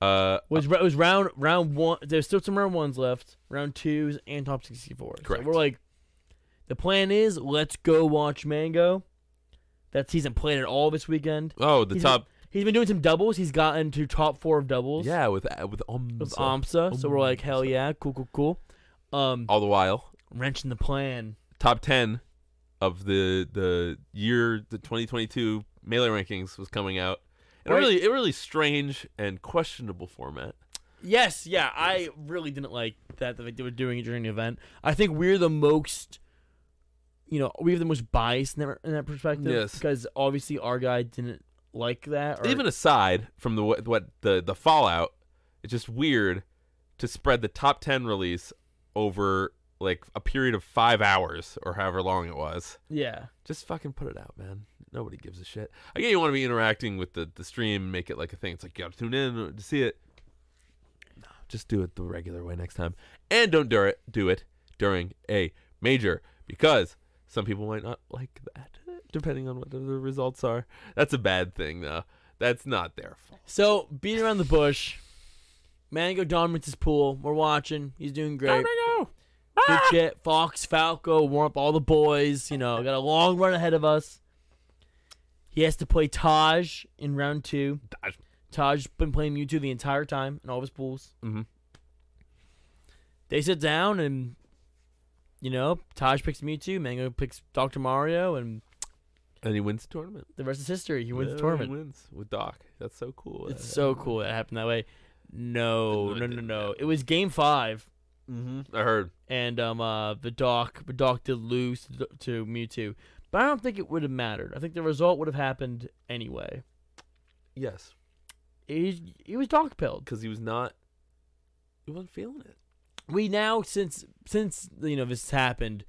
S1: Uh,
S2: Was it was round round one. There's still some round ones left. Round twos and top sixty four.
S1: Correct.
S2: So we're like, the plan is let's go watch Mango. That season played at all this weekend.
S1: oh, the
S2: He's-
S1: top.
S2: He's been doing some doubles. He's gotten to top four of doubles.
S1: Yeah, with uh, with um,
S2: With Omsa. So we're like, hell yeah, cool, cool, cool. Um,
S1: all the while
S2: wrenching the plan.
S1: top ten of the the year the 2022 melee rankings was coming out. And
S2: Right.
S1: a really, a really strange and questionable format.
S2: Yes, yeah, I really didn't like that that they were doing it during the event. I think we're the most, you know, we have the most bias in that, in that perspective.
S1: Yes.
S2: because obviously our guy didn't like that. Or,
S1: Even aside from the what, what the the fallout, it's just weird to spread the top ten release over like a period of five hours or however long it was.
S2: yeah,
S1: Just fucking put it out, man. Nobody gives a shit. I get you want to be interacting with the the stream, make it like a thing. It's like you gotta tune in to see it. No, just do it the regular way next time, and don't do it do it during a major because some people might not like that, depending on what the the results are. That's a bad thing, though. That's not their fault.
S2: so beating around the bush. Mango dominates his pool. We're watching. He's doing great.
S1: Go,
S2: Good
S1: Ah!
S2: shit. Fox, Falco, warm up all the boys. You know, got a long run ahead of us. He has to play Taj in round two.
S1: Taj.
S2: Taj's been playing Mewtwo the entire time in all of his pools.
S1: Mhm.
S2: They sit down and, you know, Taj picks Mewtwo, Mango picks Dr. Mario, and
S1: And he wins the tournament.
S2: the rest is history. He wins
S1: Yeah,
S2: the tournament.
S1: He wins with Doc. That's so cool.
S2: It's so cool that it happened that way.
S1: Didn't know
S2: No, no,
S1: it
S2: no,
S1: did
S2: no.
S1: that.
S2: It was game five.
S1: Mm-hmm. I heard.
S2: and um uh the doc the doc did lose to, to Mewtwo, but I don't think it would have mattered. I think the result would have happened anyway.
S1: Yes,
S2: He he was doc pilled.
S1: because he was not. He wasn't feeling it.
S2: We now since since you know this has happened,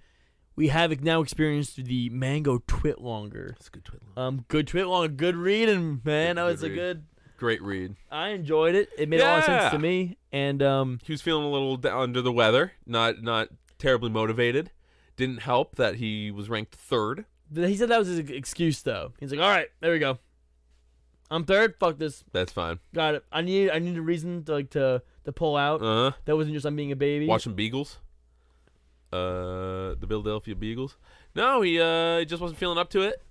S2: we have now experienced the mango twit longer.
S1: It's a good twit line.
S2: Um, good twit longer, good reading, man. That
S1: Good
S2: was a
S1: read.
S2: good.
S1: Great read.
S2: I enjoyed it. It made a lot of sense to
S1: Yeah.
S2: me, and um,
S1: He was feeling a little d- under the weather, not not terribly motivated. Didn't help that he was ranked third.
S2: th- he said that was his excuse though. He's like, all right, there we go. I'm third. Fuck this.
S1: That's fine.
S2: Got it. I need I need a reason to like to to pull out.
S1: Uh huh.
S2: that wasn't just I'm being a baby.
S1: Watching Beagles. Uh, the Philadelphia Beagles. No, he uh he just wasn't feeling up to it.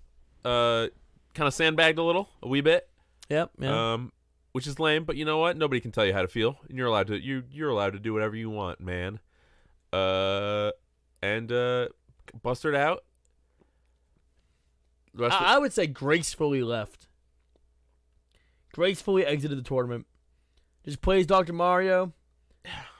S1: Uh, kind of sandbagged a little, a wee bit.
S2: Yep. Yeah.
S1: Um, which is lame, but you know what? Nobody can tell you how to feel, and you're allowed to you you're allowed to do whatever you want, man. Uh, and uh, bustered out. The rest of-
S2: I, I would say gracefully left. Gracefully exited the tournament. Just plays Dr. Mario.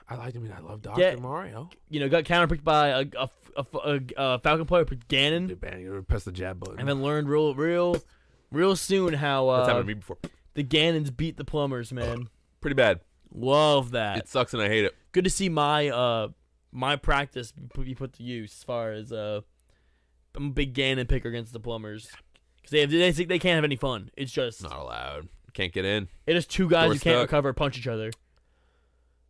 S1: I like. I mean, I love Doctor
S2: Yeah.
S1: Mario.
S2: You know, got counterpicked by a, a, a, a- a Falcon player, but Ganon.
S1: press the jab button.
S2: And then learned real, real, real soon how
S1: That's
S2: uh,
S1: happened to me before.
S2: the Ganons beat the Plumbers. Man,
S1: Pretty bad.
S2: love that.
S1: It sucks, and I hate it.
S2: Good to see my uh my practice be put- be put to use. As far as uh, I'm a big Ganon picker against the Plumbers because they have, they they can't have any fun. It's just
S1: Not allowed. Can't get in.
S2: It is two guys
S1: We're
S2: who can't
S1: stuck.
S2: recover punch each other.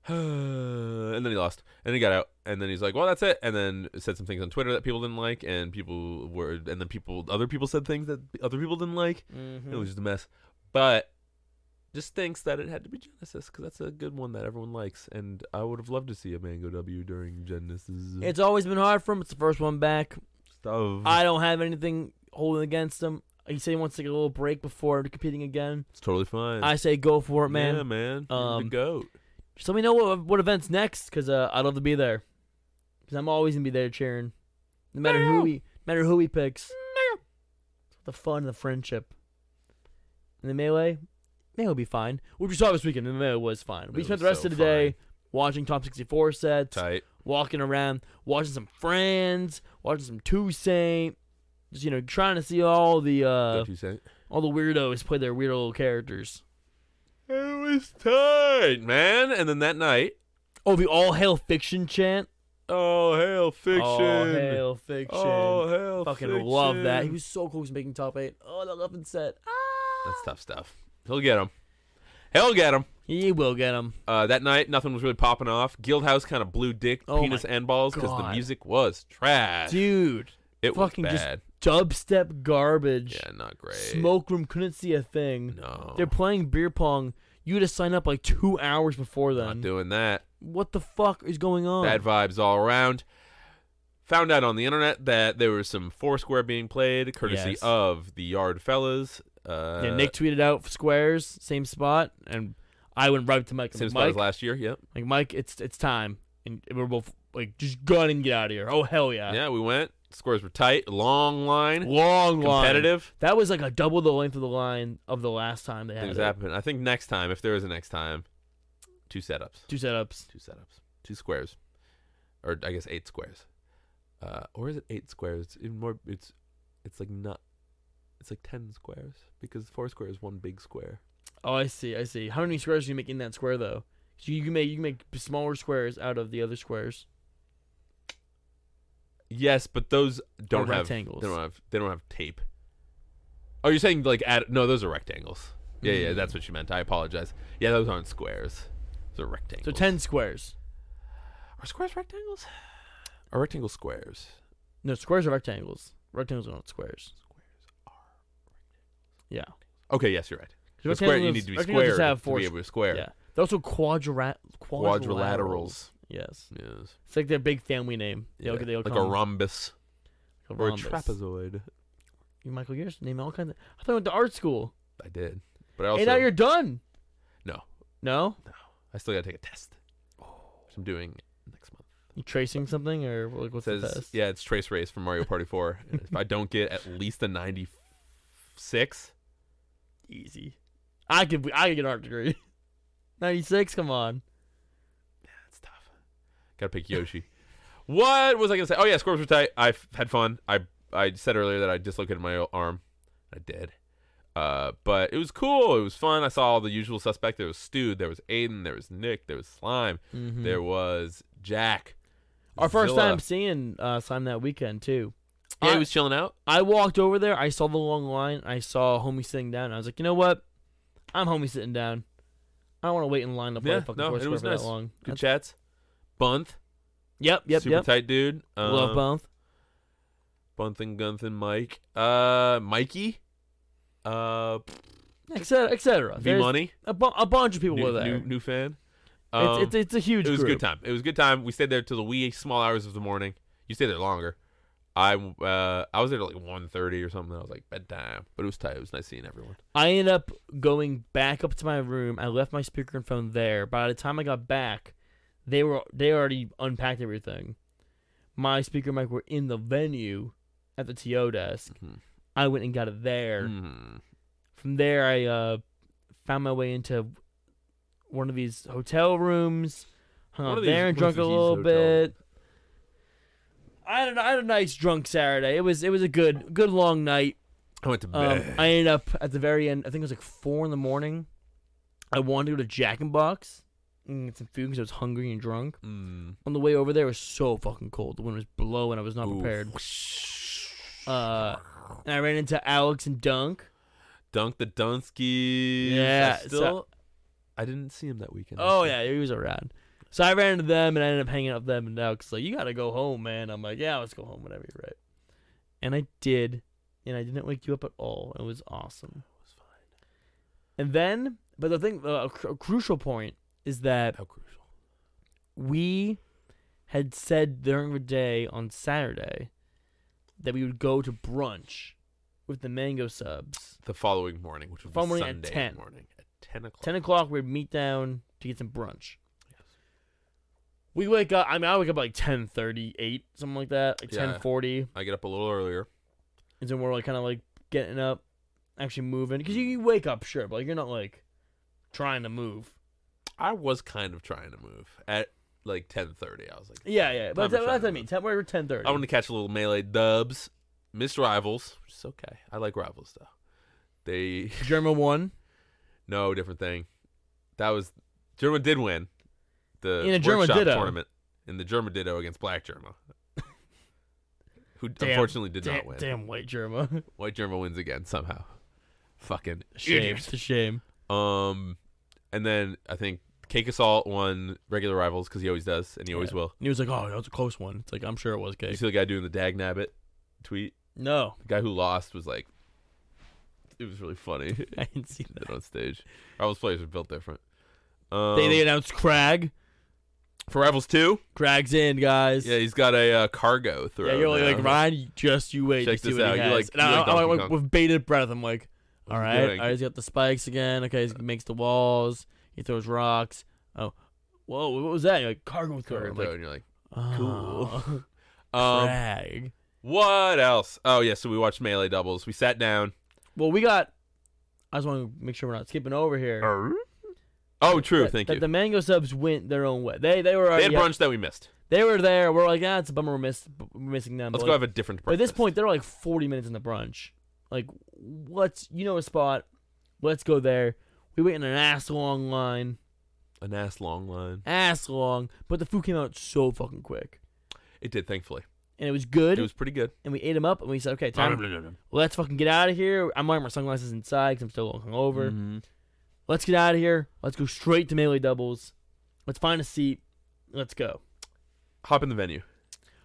S1: and then he lost. And he got out. And then he's like, "Well, that's it." And then said some things on Twitter that people didn't like, and people were, and then people, other people said things that other people didn't like.
S2: Hmm.
S1: It was just a mess. But just thinks that it had to be Genesis because that's a good one that everyone likes, and I would have loved to see a Mango W during Genesis.
S2: It's always been hard for him. It's the first one back.
S1: Mm-hmm. stuff.
S2: I don't have anything holding against him. He said he wants to get a little break before competing again.
S1: it's totally fine.
S2: I say go for it, man.
S1: Yeah, man. You're
S2: Um,
S1: the goat.
S2: Just let me know what, what event's next, cause uh, I'd love to be there. Cause I'm always gonna be there cheering, no matter who
S1: Meow.
S2: we, no matter who he picks. The fun, and the friendship, and the melee. Melee will be fine. Which we saw this weekend, and the melee was fine. we
S1: Melee
S2: spent
S1: was
S2: the rest
S1: so
S2: of the day watching top 64 sets.
S1: Tight.
S2: walking around, watching some friends, watching some Toussaint, just you know, trying to see all the uh
S1: Don't you say?
S2: all the weirdos play their weirdo little characters.
S1: It was tight, man. And then that night,
S2: Oh, the all hail fiction chant.
S1: oh hail fiction,
S2: All hail fiction.
S1: Oh, hail
S2: Fucking
S1: fiction.
S2: love that. He was so close to making top eight. Oh, that love and set.
S1: That's tough stuff. He'll get him. He'll get him.
S2: He will get him.
S1: Uh, that night, nothing was really popping off. Guildhouse kind of blew dick,
S2: Oh
S1: penis,
S2: my
S1: and balls because the
S2: God.
S1: music was trash.
S2: Dude,
S1: it
S2: fucking
S1: was
S2: just-
S1: bad.
S2: dubstep garbage.
S1: yeah, not great.
S2: Smoke room couldn't see a thing.
S1: No,
S2: They're playing beer pong. You had to sign up like two hours before
S1: not
S2: then.
S1: doing that.
S2: What the fuck is going on?
S1: Bad vibes all around. Found out on the internet that there was some Foursquare being played, courtesy
S2: Yes.
S1: of the Yard Fellas. Uh,
S2: yeah, Nick tweeted out squares, same spot, and I went right up to Mike. I'm
S1: same
S2: like,
S1: spot as
S2: Mike,
S1: last year. Yep.
S2: like Mike, it's it's time, and we're both like, just gun and get out of here. Oh hell yeah,
S1: Yeah, we went. Scores were tight. Long line.
S2: long line.
S1: competitive.
S2: That was like a double the length of the line of the last time they had
S1: Things
S2: it.
S1: happen. I think next time, if there is a next time, two setups.
S2: two setups.
S1: two setups, two squares, or I guess eight squares, uh, or is it eight squares? It's even more. It's it's like not. It's like ten squares because four square is one big square.
S2: Oh, I see, I see. How many squares do you make in that square though? So you can make you can make smaller squares out of the other squares.
S1: Yes, but those don't have
S2: rectangles.
S1: They don't have. They don't have tape. Oh, you're saying like add? No, those are rectangles. Yeah,
S2: Mm-hmm.
S1: yeah, that's what you meant. I apologize. Yeah, those aren't squares. Those are rectangles.
S2: So ten squares.
S1: are squares rectangles? Are rectangles squares?
S2: No, squares are rectangles. Rectangles are not squares. Yeah.
S1: Okay, yes, you're right.
S2: 'Cause
S1: The square you
S2: rectangles-
S1: need to be
S2: rectangles
S1: square
S2: just have
S1: to
S2: four
S1: be
S2: s-
S1: able to square.
S2: Yeah. They're also quadra- quadrilaterals.
S1: Quadrilaterals.
S2: Yes.
S1: Yes.
S2: It's like their big family name. They all,
S1: Yeah,
S2: they all
S1: like
S2: call
S1: a
S2: them
S1: rhombus
S2: a
S1: or a
S2: rhombus.
S1: trapezoid.
S2: You, Michael, you're just naming all kinds of. I thought I went to art school.
S1: I did, but I also
S2: and now you're done.
S1: No.
S2: No?
S1: I still gotta take a test. Which I'm doing next month.
S2: You tracing something or like what's
S1: Says
S2: the test?
S1: yeah, it's trace race from Mario Party Four. And if I don't get at least a ninety six,
S2: Easy. I could I could get an art degree. Ninety six, come on.
S1: that's tough. Gotta pick Yoshi. what was I gonna say? Oh yeah, scores were tight. I f- had fun. I I said earlier that I dislocated my o- arm. I did. Uh, but it was cool. It was fun. I saw all the usual suspect. There was Stu. There was Aiden. There was Nick. There was Slime.
S2: Mhm.
S1: There was Jack.
S2: Our first
S1: Zilla.
S2: time seeing uh Simon that weekend too.
S1: Yeah,
S2: I-
S1: he was chilling out.
S2: I walked over there. I saw the long line. I saw homie sitting down. I was like, you know what? I'm homie sitting down. I don't want to wait in line to play
S1: Yeah,
S2: fucking
S1: no,
S2: four
S1: it was
S2: for
S1: nice.
S2: that long.
S1: Good
S2: That's-
S1: chats. Bunth,
S2: yep, yep,
S1: super
S2: yep.
S1: tight dude. Um,
S2: Love both.
S1: Bunth and Gunth and Mike. Uh, Mikey. Uh,
S2: Etc. Etc.
S1: V Money.
S2: A, bu- a bunch of people
S1: New,
S2: were there.
S1: new, new fan.
S2: it's,
S1: Um,
S2: it's, it's a huge.
S1: it was a
S2: group.
S1: good time. It was a good time. We stayed there till the wee small hours of the morning. You stayed there longer. I uh, I was there till like 1.30 or something. I was like bedtime, but it was tight. It was nice seeing everyone.
S2: I ended up going back up to my room. I left my speaker and phone there. By the time I got back, they were they already unpacked everything. My speaker and mic were in the venue at the TO desk.
S1: Mhm.
S2: I went and got it there.
S1: Mm.
S2: From there, I uh, found my way into one of these hotel rooms. Hung
S1: One
S2: out
S1: of
S2: there
S1: these-
S2: and
S1: one of
S2: Oh, drunk a
S1: these
S2: little
S1: hotel
S2: bit. I had, a, I had a nice drunk Saturday. It was it was a good good long night.
S1: I went to
S2: Um,
S1: bed.
S2: I ended up at the very end. I think it was like four in the morning. I wanted to go to Jack and Box and get some food because I was hungry and drunk.
S1: Mm.
S2: On the way over there, it was so fucking cold. The wind was blowing. I was not
S1: Ooh.
S2: prepared. Uh, and I ran into Alex and Dunk.
S1: Dunk the Dunskies. I
S2: Yeah, so-
S1: still. I didn't see him that weekend.
S2: Oh yeah, he was around. So I ran into them and I ended up hanging out with them. And Alex was like, "You gotta go home, man." I'm like, "Yeah, let's go home. Whatever, you're right." And I did, and I didn't wake you up at all. It was awesome.
S1: was fine.
S2: And then, but the thing, uh, a cru- a crucial point is that
S1: How crucial.
S2: we had said during the day on Saturday that we would go to brunch with the mango subs.
S1: The following morning, which was
S2: Following
S1: Sunday
S2: morning at 10.
S1: morning at ten o'clock.
S2: Ten o'clock, we'd meet down to get some brunch.
S1: Yes.
S2: We wake up. I mean, I wake up at like ten thirty eight, something like that, like
S1: Yeah.
S2: ten forty,
S1: I get up a little earlier.
S2: and then we're like kind of like getting up, actually moving, because you, you wake up sure, but like, you're not like trying to move.
S1: I was kind of trying to move at like ten thirty. I was like,
S2: Yeah, yeah.
S1: Time
S2: But that's
S1: to
S2: that's what
S1: try
S2: I
S1: to
S2: mean.
S1: move.
S2: Ten, we're ten thirty.
S1: I want to catch a little melee dubs. Missed rivals, which is okay. I like rivals though. They
S2: German one.
S1: no different thing. That was Germa did win the
S2: In a Germa
S1: workshop
S2: ditto.
S1: tournament in the Germa Ditto against Black Germa, who
S2: Damn-
S1: unfortunately did
S2: damn,
S1: not win.
S2: Damn white Germa.
S1: White Germa wins again somehow. Fucking
S2: shame.
S1: idiot.
S2: It's a shame.
S1: Um, and then I think Cake Assault won regular rivals because he always does and he always
S2: Yeah.
S1: will.
S2: And he was like, "Oh, that was a close one." It's like I'm sure it was
S1: You
S2: cake.
S1: see the guy doing the Dag Nabbit tweet.
S2: No,
S1: The guy who lost was like, it was really funny.
S2: I didn't see that.
S1: Then on stage, rivals players are built different. Um,
S2: they, they announced Crag.
S1: for rivals two,
S2: Crag's in, guys.
S1: yeah, he's got a uh, cargo throw.
S2: Yeah, you're like,
S1: now.
S2: like Ryan, you- just you wait
S1: Check
S2: to see
S1: this
S2: what
S1: out.
S2: he
S1: You're
S2: has.
S1: like-
S2: and
S1: you're
S2: I,
S1: like
S2: I'm
S1: Donkey
S2: like,
S1: Kong.
S2: with bated breath, I'm like, all
S1: What's he
S2: right,
S1: doing?
S2: all right, he's got the spikes again. Okay, he makes the walls. He throws rocks. Oh, whoa, what was that? You're like cargo throw.
S1: cargo
S2: I'm
S1: throw,
S2: like, "Oh,
S1: and you're like,
S2: cool.
S1: um,
S2: Crag.
S1: what else? Oh yeah, so we watched melee doubles. We sat down.
S2: Well, we got. I just want to make sure we're not skipping over here.
S1: Oh, true.
S2: That-
S1: thank
S2: that
S1: you.
S2: The mango subs went their own way. They they were
S1: They had
S2: already,
S1: brunch that we missed.
S2: they were there. We're like, ah, it's a bummer we're, miss, we're missing them.
S1: Let's
S2: but
S1: go
S2: like-
S1: have a different.
S2: But at
S1: Breakfast.
S2: this point, they're like 40 minutes in the brunch. Like, let's, you know, a spot. Let's go there. We wait in an ass long line.
S1: an ass long line.
S2: Ass long. But the food came out so fucking quick.
S1: It did, thankfully.
S2: And it was good.
S1: It was pretty good.
S2: and we ate them up. And we said, okay, time. Let's fucking get out of here. I'm wearing my sunglasses inside because I'm still a little hungover.
S1: Mhm.
S2: Let's get out of here. Let's go straight to melee doubles. Let's find a seat. Let's go.
S1: Hop in the venue.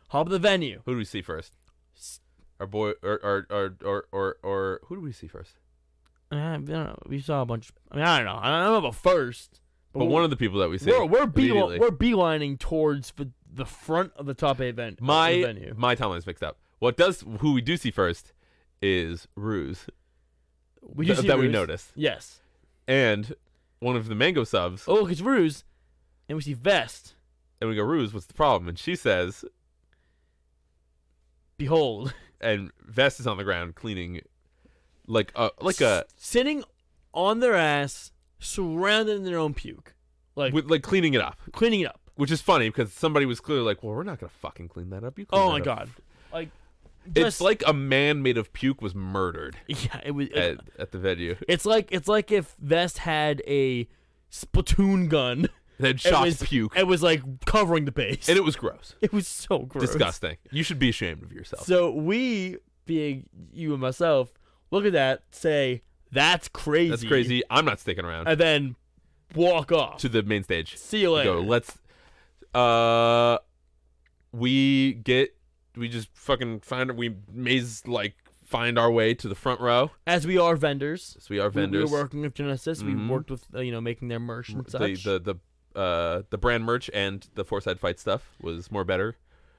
S2: Hop the venue.
S1: Who do we see first?
S2: S-
S1: Our boy, or or or or or, or who do we see first?
S2: I don't know. We saw a bunch. I mean, I don't know. I don't know about first.
S1: But one of the people that we see.
S2: we're we're, be-
S1: immediately.
S2: we're beelining towards the, the front of the top eight event.
S1: my
S2: the venue.
S1: my timeline's mixed up. What does who we do see first is Ruse
S2: We do
S1: th-
S2: see
S1: that we
S2: Ruse.
S1: noticed,
S2: Yes.
S1: and one of the mango subs,
S2: Oh, look, it's Ruse, and we see Vest.
S1: and we go Ruse, what's the problem? And she says,
S2: Behold,
S1: and Vest is on the ground cleaning, like a like a
S2: S- sitting on their ass, surrounded in their own puke, like
S1: with like cleaning it up,
S2: cleaning it up.
S1: which is funny because somebody was clearly like, well, we're not gonna fucking clean that up. You clean
S2: Oh
S1: that
S2: my
S1: up."
S2: god, like
S1: It's
S2: just-
S1: like a man made of puke was murdered
S2: yeah, it was.
S1: at, at the venue.
S2: it's like it's like if Vest had a Splatoon gun.
S1: Then
S2: It
S1: shot
S2: was
S1: puke,
S2: It was like covering the base.
S1: and it was gross,
S2: it was so gross.
S1: disgusting. You should be ashamed of yourself.
S2: So we, being you and myself, look at that, say that's crazy.
S1: That's crazy. I'm not sticking around
S2: and then walk off.
S1: to the main stage.
S2: See you later.
S1: Go. Let's. Uh, we get. We just fucking find. We maze like find our way to the front row.
S2: As we are vendors,
S1: So we are
S2: we-
S1: vendors.
S2: we were working with Genesis.
S1: Mhm.
S2: We worked with uh, you know making their merch and such.
S1: the the the uh the brand merch and the four side fight stuff was more better.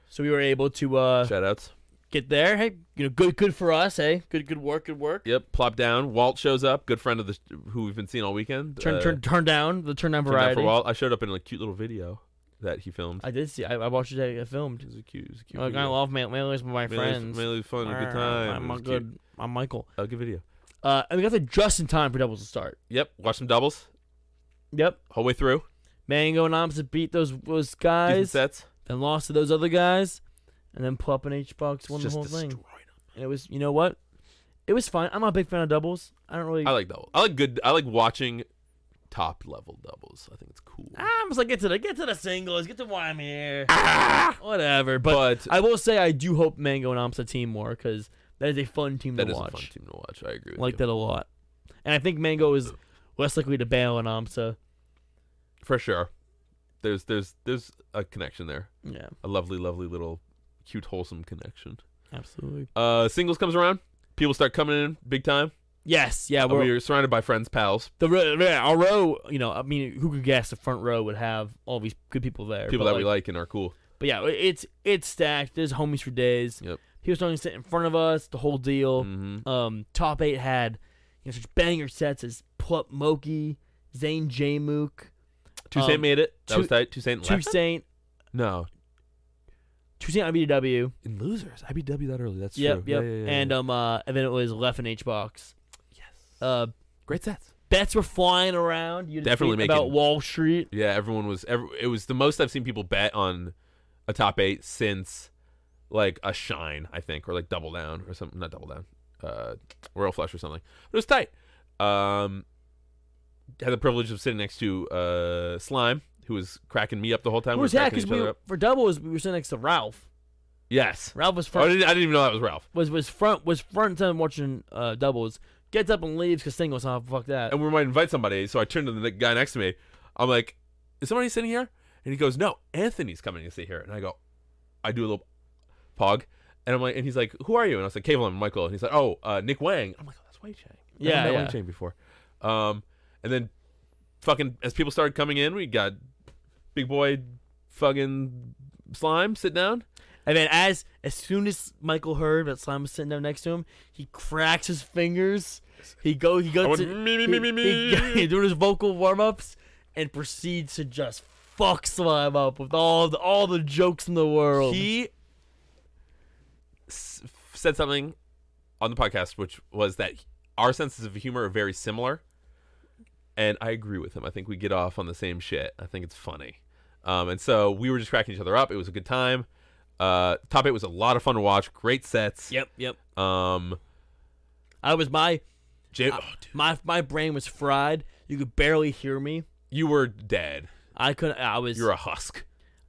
S2: so we were able to uh,
S1: Shout outs.
S2: get there. Hey, you know, good, good for us. Hey, good, good work, good work.
S1: Yep. Plop down. Walt shows up. Good friend of the who we've been seeing all weekend.
S2: Turn,
S1: Uh,
S2: turn, turn down the turn down
S1: turned out
S2: variety.
S1: for Walt. I showed up in a cute little video that he filmed.
S2: I did see. I, I watched it. I filmed.
S1: It was a cute. It was a cute
S2: Like, I
S1: video.
S2: love Mail Mailers with my
S1: Mainly-
S2: friends.
S1: mainly fun, a good
S2: Uh,
S1: time.
S2: I'm
S1: It
S2: a
S1: was cute.
S2: good. I'm Michael.
S1: A good video.
S2: Uh, and we got there just in time for doubles to start.
S1: Yep. Watch some doubles.
S2: Yep.
S1: Whole way through.
S2: Mango and Opposite beat those those
S1: Decent
S2: guys,
S1: sets.
S2: then lost to those other guys, and then Plup and H Box won the
S1: Just
S2: whole
S1: destroyed
S2: thing.
S1: 'em.
S2: And it was, you know what? It was fine. I'm not a big fan of doubles. I don't really.
S1: I like doubles. I like good. I like watching top level doubles. I think it's cool.
S2: Ah, I'm just like get to the get to the singles, get to why I'm here. Whatever. But,
S1: Ah. but
S2: I will say I do hope Mango and Opposite team more because that is a fun team
S1: that
S2: to
S1: is
S2: watch.
S1: a fun team to watch. I agree. With
S2: like
S1: you.
S2: that a lot. And I think Mango is less likely to bail on Amsa.
S1: for sure. There's there's there's a connection there.
S2: Yeah,
S1: A lovely, lovely little cute, wholesome connection.
S2: absolutely.
S1: Uh, singles comes around. People start coming in big time.
S2: Yes, yeah,
S1: Uh,
S2: we're,
S1: we are surrounded by friends, pals,
S2: the ro- ro- our row. You know, I mean, who could guess the front row would have all these good people there?
S1: people
S2: but
S1: that we like and are cool.
S2: But yeah, it's it's stacked. There's homies for days.
S1: Yep.
S2: He was starting to sit in front of us. The whole deal.
S1: hmm
S2: Um, top eight had you know such banger sets as Plup Moki, Zane J Mook,
S1: Toussaint
S2: um,
S1: made it. That
S2: Tou-
S1: was tight. Toussaint left.
S2: Toussaint,
S1: No,
S2: Toussaint IBW.
S1: in losers. IBW that early. That's true.
S2: Yep, yep.
S1: Yeah, yeah, yeah,
S2: And
S1: yeah.
S2: um, uh, and then it was Left and H Box.
S1: yes,
S2: Uh,
S1: great sets.
S2: bets were flying around. You
S1: Definitely
S2: tweet about
S1: making-
S2: Wall Street.
S1: Yeah, everyone was. Every, it was the most I've seen people bet on a top eight since like a shine, I think, or like double down or something. Not double down, uh, royal flush or something. But it was tight. Um, had the privilege of sitting next to uh, Slime, who was cracking me up the whole time.
S2: Who
S1: We
S2: was
S1: were
S2: that?
S1: cracking
S2: Because
S1: each
S2: we
S1: other
S2: were,
S1: up.
S2: for double was we were sitting next to Ralph.
S1: Yes.
S2: Ralph was
S1: Oh, I
S2: front
S1: didn't, I didn't even know that was Ralph.
S2: was was front was front time watching uh, doubles. Gets up and leaves because singles. Oh fuck that.
S1: And we might invite somebody. So I turned to the ne- guy next to me. I'm like, "Is somebody sitting here?" And he goes, "No, Anthony's coming to sit here." And I go, "I do a little pog," and I'm like, and he's like, "Who are you?" And I was like, "Cable and Michael." And he's like, "Oh, uh, Nick Wang." I'm like, "Oh, that's Wei Chang." I haven't
S2: Yeah,
S1: met Wei
S2: yeah.
S1: Chang before. Um, and then fucking as people started coming in, we got big boy fucking slime sit down.
S2: And then as as soon as Michael heard that Slime was sitting down next to him, he cracks his fingers. He go he goes
S1: went,
S2: to
S1: "Me, me,
S2: he-
S1: me, me, me."
S2: He, he doing his vocal warm ups and proceeds to just fuck Slime up with all the, all the jokes in the world.
S1: He s- said something on the podcast, which was that our senses of humor are very similar, and I agree with him. I think we get off on the same shit. I think it's funny, um, and so we were just cracking each other up. It was a good time. Uh, Top eight was a lot of fun to watch. Great sets.
S2: yep yep.
S1: Um,
S2: I was my
S1: Jay,
S2: Ah,
S1: oh, dude,
S2: my my brain was fried. You could barely hear me.
S1: you were dead.
S2: I couldn't. I was.
S1: You're a husk.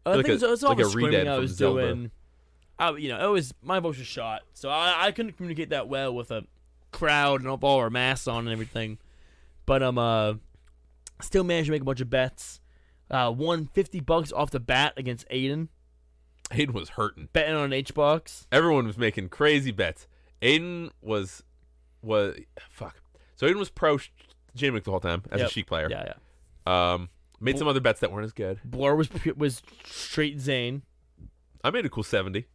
S2: I
S1: like
S2: think
S1: a-
S2: it's it was all
S1: like
S2: the
S1: a
S2: screaming
S1: redad
S2: I
S1: from
S2: was
S1: Zelda.
S2: doing. I, you know, it was my voice was shot, so I, I couldn't communicate that well with a crowd and all our masks on and everything. But um, uh, still managed to make a bunch of bets. Uh, won fifty bucks off the bat against Aiden,
S1: Hayden was hurting.
S2: betting on an HBox.
S1: everyone was making crazy bets. Aiden was was fuck. So Aiden was pro Sh- Jamick the whole time as
S2: Yep.
S1: a chic player.
S2: Yeah, yeah.
S1: Um, made some other bets that weren't as good.
S2: Blur was pu- was straight Zane.
S1: I made a cool seventy.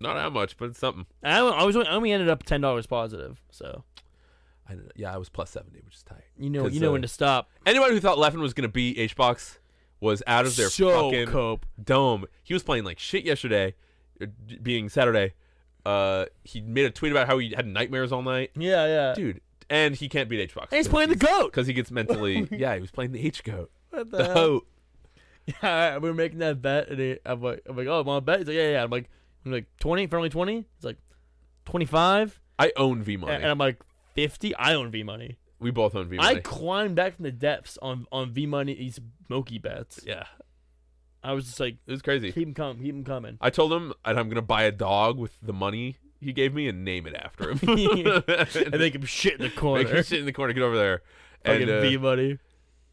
S1: Not that much, but it's something.
S2: And I, I was only- I only ended up ten dollars positive, so
S1: I don't know. Yeah, I was plus seventy, which is tight.
S2: you know
S1: 'Cause,
S2: you know
S1: uh,
S2: when to stop.
S1: Anybody who thought Leffen was gonna beat H box was out of their
S2: so
S1: fucking
S2: cope.
S1: dome. He was playing like shit yesterday, uh, d- being Saturday. Uh, he made a tweet about how he had nightmares all night,
S2: Yeah, yeah.
S1: dude. And he can't beat H box.
S2: and he's playing the goat.
S1: because he gets mentally. yeah, he was playing the H goat. Uh,
S2: What
S1: The
S2: hell?
S1: hoe.
S2: yeah, we were making that bet, and he, I'm like, I'm like, oh, want to bet? He's like, yeah, yeah. I'm like, I'm like, twenty for only twenty. He's like, twenty five,
S1: I own V
S2: and,
S1: Money.
S2: I'm like, fifty. I own V money.
S1: we both own V
S2: I
S1: Money.
S2: climbed back from the depths on on V money's Moki bets.
S1: Yeah,
S2: I was just like,
S1: it was crazy.
S2: keep him coming, keep him coming.
S1: I told him, and I'm gonna buy a dog with the money he gave me and name it after him. and
S2: And make him shit in the
S1: make him
S2: corner.
S1: sit in the corner. Get over there. And
S2: Fucking
S1: uh,
S2: V money.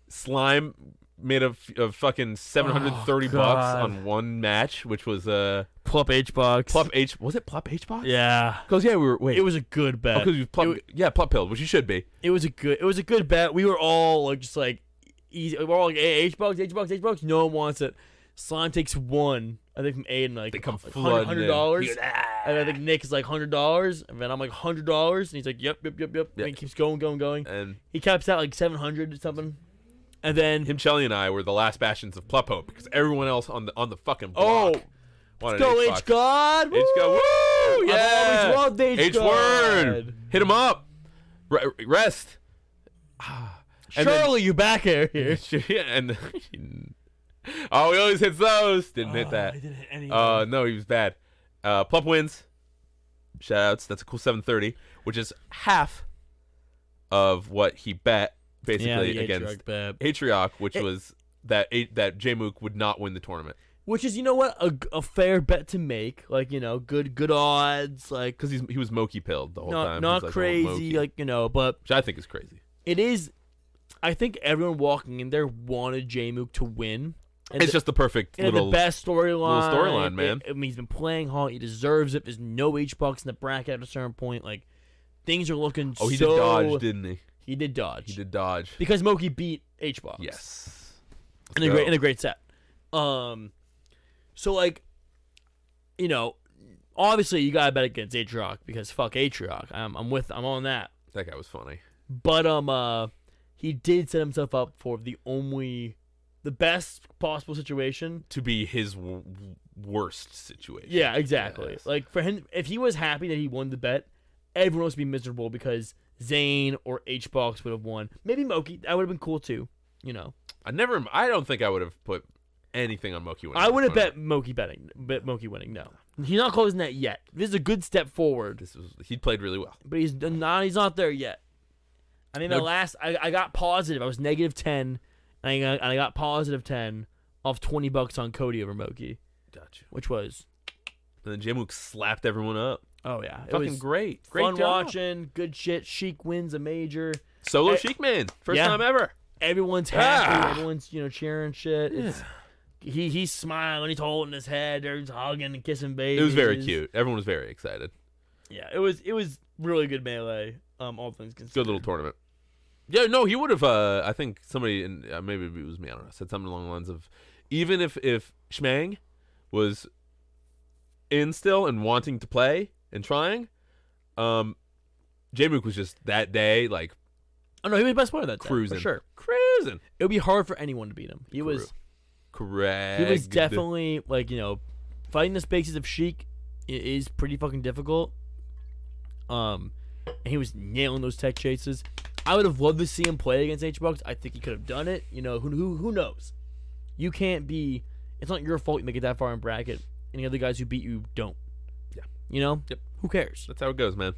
S1: slime made a, f- a fucking 730
S2: Oh,
S1: bucks
S2: God.
S1: on one match, which was uh
S2: Plop H box.
S1: Plup H. Was it Plup H box?
S2: Yeah,
S1: Because yeah, we were wait. Oh,
S2: it was a good bet.
S1: because you Plup.
S2: it wa-
S1: yeah, Plup Hill, which you should be.
S2: it was a good it was a good bet. We were all like just like easy. We're all like hey, H bucks, H bucks, H bucks. No one wants it. Slime takes one. I think from Aiden like
S1: They come
S2: like,
S1: flooding in.
S2: hundred dollars.
S1: He goes, "Ah."
S2: And I think Nick is like hundred dollars, and then I'm like hundred dollars, and he's like, "Yep, yep, yep, yep."
S1: Yeah. Uh,
S2: And he keeps going, going, going.
S1: And
S2: He caps out like seven hundred or something, and then
S1: him, Chelly, and I were the last bastions of Plup Hope because everyone else on the on the fucking
S2: oh,
S1: block wanted
S2: go
S1: H-Box.
S2: H God,
S1: H go, woo!
S2: I've
S1: Oh, Yeah!
S2: always loved H
S1: H word!
S2: God.
S1: Hit him up! Re- rest! And then-
S2: Surely you back here. here.
S1: Yeah, and. oh, he always hits those! Didn't hit that.
S2: I Uh, didn't hit any of them.
S1: Uh, no, he was bad. Uh, Plump wins. Shoutouts. That's a cool 730, which is half of what he bet,
S2: yeah,
S1: basically,
S2: the
S1: against
S2: H-Drug bet.
S1: Atrioc, which
S2: It-
S1: was that a- that J Mook would not win the tournament
S2: which is you know what a, a fair bet to make like you know good good odds like
S1: because he was mokey pilled the whole
S2: not
S1: time.
S2: not
S1: He's like, "Oh,
S2: crazy
S1: Mokey,"
S2: like you know but
S1: which I think is crazy.
S2: it is i think everyone walking in there wanted j mook to win and
S1: it's
S2: the,
S1: just the perfect
S2: and
S1: little
S2: the best storyline
S1: storyline,
S2: It-
S1: man.
S2: i mean he's been playing hard he deserves it there's no h bucks in the bracket at a certain point like things are looking
S1: Oh, he
S2: so
S1: did dodge, didn't he?
S2: he did dodge
S1: He did dodge.
S2: because moki beat h box
S1: Yes.
S2: in a great in a great set. Um, so like, you know, obviously you gotta bet against Atrioc because fuck Atrioc. I'm I'm with I'm on that.
S1: that guy was funny.
S2: But um, uh, he did set himself up for the only, the best possible situation.
S1: To be his w- w- worst situation.
S2: Yeah, exactly.
S1: Yes.
S2: Like for him, if he was happy that he won the bet, everyone else would be miserable because Zane or H Box would have won. Maybe Moki. That would have been cool too. You know,
S1: I never. I don't think I would have put anything on Moki. winning
S2: I
S1: this
S2: would have
S1: tournament.
S2: bet Moki betting, bet Moki winning. No, he's not closing that yet. This is a good step forward,
S1: This was he played really well.
S2: but he's not. He's not there yet. I mean,
S1: No-
S2: the last I, I got positive. I was negative ten, and I got, and I got positive ten off twenty bucks on Cody over Moki,
S1: Gotcha.
S2: which was
S1: And then J-Mook slapped everyone up.
S2: oh yeah, it
S1: Fucking
S2: was
S1: great. Great
S2: fun
S1: job.
S2: watching, good shit. Sheik wins a major.
S1: Solo
S2: Eh,
S1: Sheik Man. First
S2: yeah.
S1: time ever.
S2: Everyone's happy.
S1: Ah.
S2: Everyone's you know cheering shit. It's, he he's smiling. He's holding his head. He's hugging and kissing babies.
S1: It was very cute. Everyone was very excited.
S2: Yeah, it was it was really good melee. Um, all things considered.
S1: Good little tournament. Yeah, no, he would have. Uh, I think somebody, and uh, maybe it was me. I don't know. Said something along the lines of, even if if Schmang was in still and wanting to play and trying, um, J Mook was just that day like
S2: Oh no, he was best player that day,
S1: cruising,
S2: for sure.
S1: cruising,
S2: It would be hard for anyone to beat him. He was
S1: correct.
S2: he was definitely like you know fighting the spaces of Sheik i- is pretty fucking difficult. Um, and he was nailing those tech chases. I would have loved to see him play against H Bucks. I think he could have done it. You know who who who knows? You can't be. It's not your fault you make it that far in bracket. Any other guys who beat you don't.
S1: Yeah.
S2: You know.
S1: Yep.
S2: Who cares?
S1: That's how it goes, man.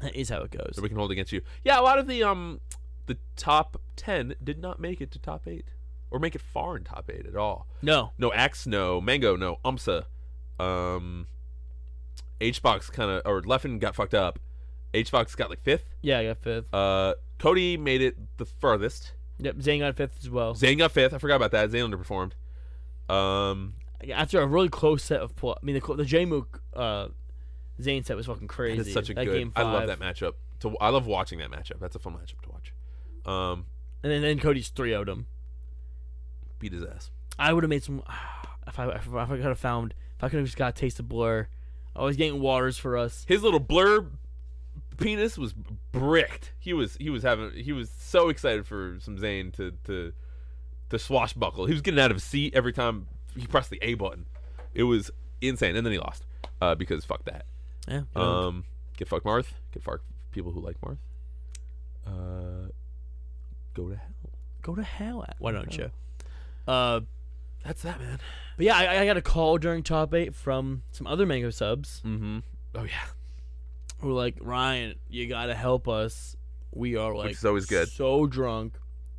S2: That is how it goes.
S1: So we can hold against you. Yeah, a lot of the um the top ten did not make it to top eight or make it far in top eight at all.
S2: No.
S1: No, Axe, no. Mango, no. Umsa. Um, HBox kind of, or Leffen got fucked up. HBox got like fifth.
S2: Yeah, I got fifth.
S1: Uh, Cody made it the furthest.
S2: Yep, Zane got fifth as well.
S1: Zane got fifth. I forgot about that. Zane underperformed. Um,
S2: After a really close set of pl- I mean, the, cl- the J Mook uh, Zane set was fucking
S1: that
S2: crazy.
S1: is such a
S2: that
S1: good.
S2: Game
S1: I
S2: five.
S1: love that matchup. To, I love watching that matchup. That's a fun matchup to watch. Um,
S2: And then, then Cody's 3 0'd him.
S1: beat his ass.
S2: I would have made some. If I, if I could have found. If I could have just got a taste of blur. I was getting waters for us.
S1: His little blurb penis was bricked. He was he was having he was so excited for some Zane to to to swashbuckle. He was getting out of his seat every time he pressed the A button. It was insane. And then he lost uh, because fuck that.
S2: Yeah. you know.
S1: Um, get fucked Marth. Get fucked people who like Marth. Uh, go to hell.
S2: go to hell. Why don't you? Uh,
S1: That's that man.
S2: but yeah, I, I got a call during top eight from some other mango subs
S1: Mm-hmm. Oh yeah.
S2: who were like, Ryan, you gotta help us. We are like
S1: is always good.
S2: so drunk,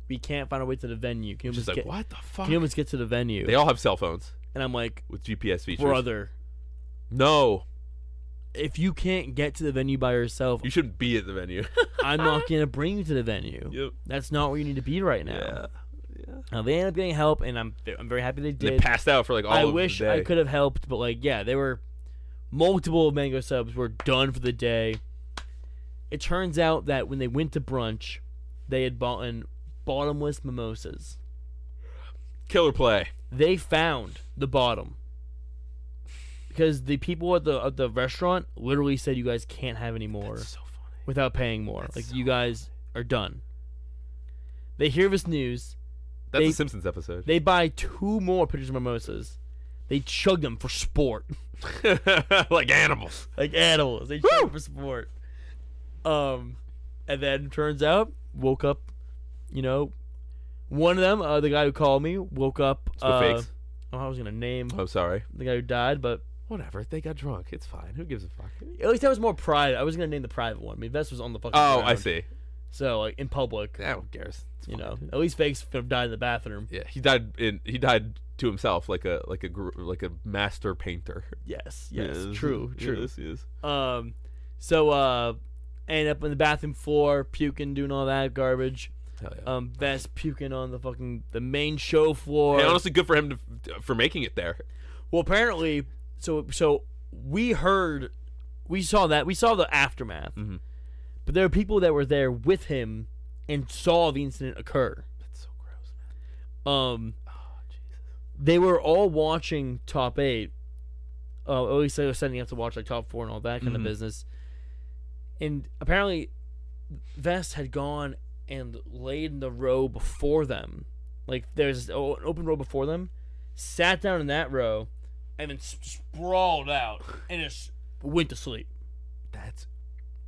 S2: we can't find our way to the venue. Can you
S1: Just
S2: just
S1: like
S2: get,
S1: what the fuck.
S2: Can you almost get to the venue?
S1: They all have cell phones
S2: and I'm like,
S1: with GPS features.
S2: brother,
S1: No,
S2: if you can't get to the venue by yourself,
S1: you shouldn't be at the venue.
S2: I'm not gonna bring you to the venue.
S1: yep.
S2: That's not where you need to be right now.
S1: Yeah. Yeah.
S2: Now they ended up getting help, and I'm I'm very happy they
S1: They
S2: did.
S1: passed out for like all
S2: I
S1: of
S2: wish
S1: the day.
S2: I could have helped, but like, yeah, they were multiple mango subs were done for the day. It turns out that when they went to brunch, they had bought in bottomless mimosas.
S1: Killer play.
S2: they found the bottom because the people at the at the restaurant literally said you guys can't have any more
S1: so funny.
S2: without paying more.
S1: That's
S2: Like
S1: so
S2: you guys are done. They hear this news.
S1: That's
S2: They-
S1: a Simpsons episode.
S2: They buy two more pitchers of mimosas. They chug them for sport,
S1: like animals.
S2: like animals. They chug them for sport. Um, and then turns out woke up, you know, one of them, uh, the guy who called me, woke up.
S1: Spit
S2: uh,
S1: fakes.
S2: oh, I was gonna name
S1: I'm sorry.
S2: the guy who died, but
S1: Whatever. They got drunk. It's fine. Who gives a fuck?
S2: At least that was more private. I was gonna name the private one. I mean, Vest was on the fucking.
S1: Oh, I
S2: ground.
S1: see.
S2: So like in public,
S1: Yeah, who cares? It's
S2: you
S1: fine.
S2: know, at least Fakes could have died in the bathroom.
S1: Yeah, he died. In, he died to himself, like a like a gr- like a master painter.
S2: Yes, yes,
S1: Yes,
S2: true, true.
S1: Yes, yes.
S2: Um, so uh, end up on the bathroom floor, puking, doing all that garbage.
S1: Hell yeah.
S2: Um, Vest puking on the fucking the main show floor.
S1: Hey, honestly, good for him to, for making it there.
S2: Well, apparently, so so we heard, we saw that we saw the aftermath,
S1: Mhm.
S2: but there are people that were there with him and saw the incident occur.
S1: That's so gross. Man.
S2: Um.
S1: Oh, Jesus.
S2: they were all watching top eight. Uh, at least they were setting up to watch like top four and all that kind of
S1: Mhm.
S2: business. And apparently, Vest had gone and laid in the row before them. Like there's o- an open row before them, sat down in that row, and then s- sprawled out and just went to sleep.
S1: That's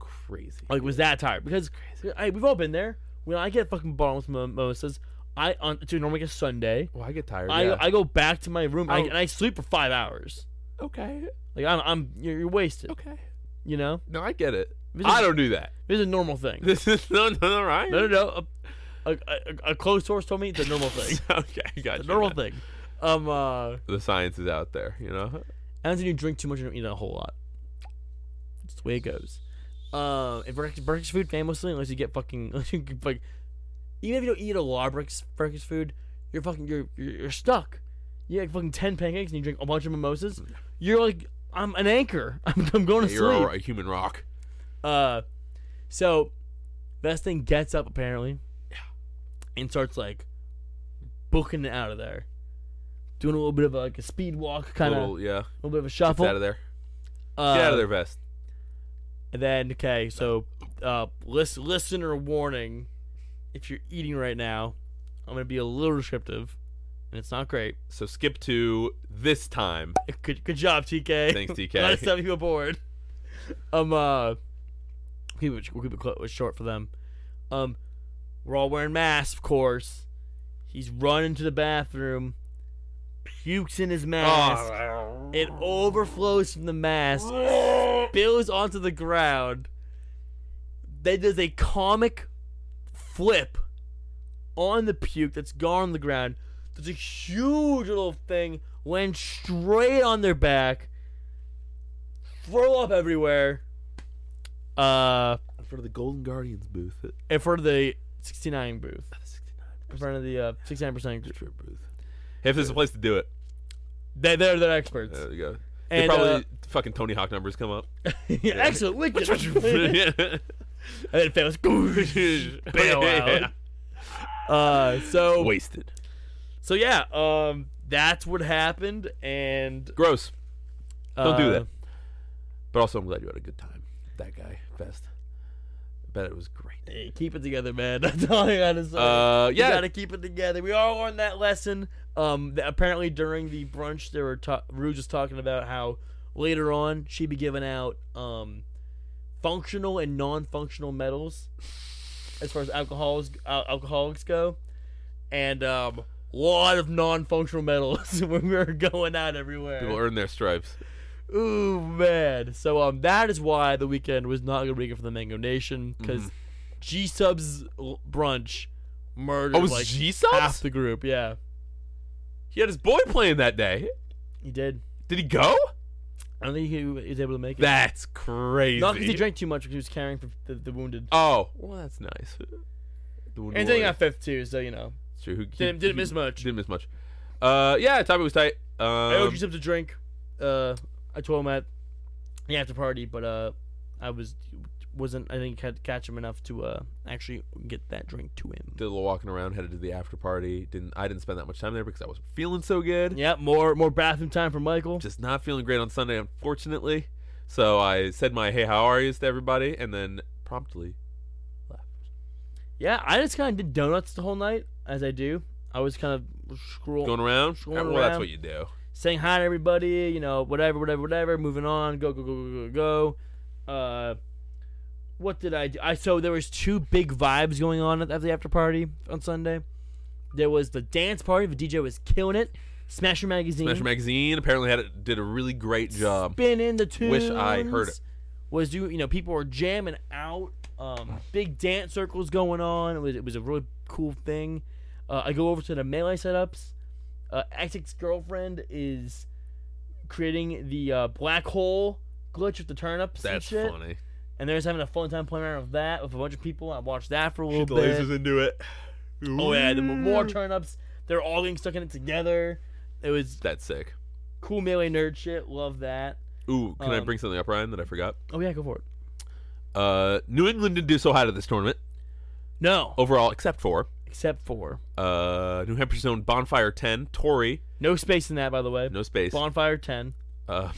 S1: crazy.
S2: Like was that tired? Because
S1: Crazy.
S2: I, we've all been there. When I get fucking bottomless mimosas, I on it's normally like a Sunday.
S1: Well, I get tired.
S2: I,
S1: yeah.
S2: I go back to my room and I,
S1: Oh.
S2: and I sleep for five hours.
S1: okay.
S2: Like I'm, I'm you're, you're wasted,
S1: Okay.
S2: you know.
S1: No, I get it.
S2: This is-
S1: I don't do that.
S2: This is a normal thing.
S1: This is no, no, no, right?
S2: no, no, no. A, a, a, a close source told me it's a normal thing.
S1: okay, gotcha.
S2: It's a normal thing. Um, uh,
S1: The science is out there, you know.
S2: and then you drink too much and don't eat a whole lot. That's the way it goes. Um, and breakfast, breakfast food famously, unless you get fucking, unless you get, like, even if you don't eat a lot of breakfast, breakfast food, you're fucking, you're, you're you're stuck. You get fucking ten pancakes and you drink a bunch of mimosas. You're like, I'm an anchor. I'm, I'm going to
S1: You're
S2: sleep.
S1: all right, human rock.
S2: Uh, so Vesting gets up apparently, and starts like booking it out of there, doing a little bit of like a speed walk, kind of a
S1: Little, yeah.
S2: little bit of a
S1: Get
S2: shuffle.
S1: out of there.
S2: uh,
S1: Get out of there, vest.
S2: And then okay, so uh, listen, listener warning: if you're eating right now, I'm gonna be a little descriptive, and it's not great.
S1: So skip to this time.
S2: Good, good job, TK.
S1: Thanks, TK.
S2: Glad to have you aboard. Um, uh, we'll keep it, we'll keep it cl- short for them. Um, we're all wearing masks, of course. He's running to the bathroom, pukes in his mask. It overflows from the mask, spills onto the ground. Then does a comic flip on the puke that's gone on the ground. There's a huge little thing went straight on their back. Throw up everywhere. Uh,
S1: in front of the Golden Guardians booth. At
S2: in front of the 69 booth,
S1: the 69
S2: in front of the uh, 69% group.
S1: strip booth. Hey, if there's a place to do it,
S2: They, they're they're experts.
S1: there you go. Uh, They
S2: and
S1: probably fucking Tony Hawk numbers come up.
S2: uh, excellent. wicked. and
S1: Yeah.
S2: then it fails. Bail
S1: Yeah.
S2: out. Uh, so
S1: Wasted.
S2: so yeah. Um, that's what happened, and
S1: Gross. Don't do
S2: uh,
S1: that. But also, I'm glad you had a good time. That guy, Vest. I bet it was great.
S2: Hey, uh, keep it together, man. That's all I gotta say.
S1: Uh,
S2: You
S1: yeah.
S2: gotta keep it together. We all learned that lesson. Um, that apparently during the brunch, they were ta- Rue just talking about how later on she'd be giving out um, functional and non-functional medals as far as alcohols al- alcoholics go, and um, a lot of non-functional medals when we were going out everywhere.
S1: People earn their stripes.
S2: Ooh man! So um, that is why the weekend was not a good weekend for the Mango Nation because G Sub's l- brunch murdered
S1: Mm-hmm. Oh, was
S2: like
S1: G
S2: half
S1: Subs?
S2: the group. Yeah,
S1: He had his boy playing that day.
S2: he did.
S1: Did he go?
S2: I don't think he was able to make it.
S1: That's crazy.
S2: not because he drank too much, because he was caring for the, the wounded.
S1: Oh, well, that's nice. The wounded
S2: and then he
S1: warrior.
S2: got fifth too, so you know
S1: It's true. Who-
S2: didn't
S1: he-
S2: didn't
S1: he
S2: miss much.
S1: Didn't miss much. Uh, yeah, topic was tight.
S2: I owed
S1: Um,
S2: G Subs a drink. Uh, I told him at the after party, but uh, I was wasn't I didn't ca- catch him enough to uh actually get that drink to him.
S1: did a little walking around, headed to the after party. Didn't I didn't spend that much time there because I wasn't feeling so good.
S2: Yeah, more more bathroom time for Michael.
S1: Just not feeling great on Sunday, unfortunately. So I said my hey, how are yous to everybody, and then promptly left.
S2: Yeah, I just kind of did donuts the whole night, as I do. I was kind of scroll,
S1: Going around.
S2: Going
S1: well, that's
S2: around.
S1: what you do.
S2: saying hi to everybody, you know, whatever, whatever, whatever. Moving on, go, go, go, go, go, go. Uh, what did I do? I so there was two big vibes going on at the after party on Sunday. There was the dance party. The DJ was killing it. Smasher magazine.
S1: Smasher magazine apparently had a, did a really great job.
S2: spinning the tunes.
S1: Wish I heard it.
S2: Was do you know people were jamming out, um, big dance circles going on. It was it was a really cool thing. Uh, I go over to the melee setups. Uh, Isaac's girlfriend is creating the uh, black hole glitch with the turnips and
S1: That's
S2: shit,
S1: funny.
S2: and they're just having a fun time playing around with that with a bunch of people. I watched that for a little
S1: She
S2: bit.
S1: lasers into it.
S2: Oh yeah, there were more turnips. They're all getting stuck in it together. It was
S1: That's sick.
S2: cool melee nerd shit. Love that.
S1: Ooh, can I
S2: Um,
S1: bring something up, Ryan, that I forgot?
S2: Oh yeah, go for it.
S1: Uh, New England didn't do so hot at this tournament
S2: No,
S1: overall, except for
S2: except for
S1: uh, New Hampshire's own Bonfire 10, Tory,
S2: No space in that, by the way.
S1: no space,
S2: Bonfire 10.
S1: uh,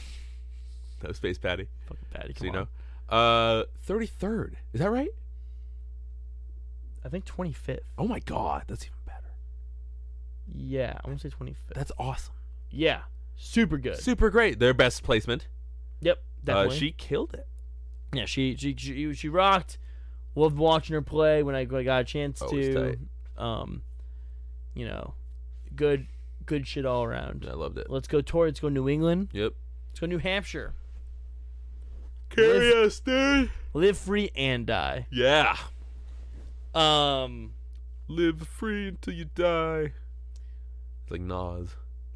S1: no space, Patty,
S2: Fucking Patty,
S1: so
S2: come
S1: you
S2: on.
S1: know. Uh, 33rd, is that right?
S2: I think 25th.
S1: Oh my God, that's even better.
S2: Yeah, I want to say 25th.
S1: That's awesome.
S2: yeah, super good.
S1: Super great. Their best placement.
S2: yep,
S1: Uh,
S2: definitely.
S1: she killed it.
S2: yeah, she, she she she rocked. Loved watching her play when I when I got a chance
S1: Always
S2: to. Um, you know, good good shit all around.
S1: I loved it.
S2: Let's go Tori. Let's go New England.
S1: Yep.
S2: Let's go New Hampshire.
S1: Carry us, dude.
S2: Live free and die.
S1: Yeah.
S2: Um,
S1: Live free until you die. It's like Nas.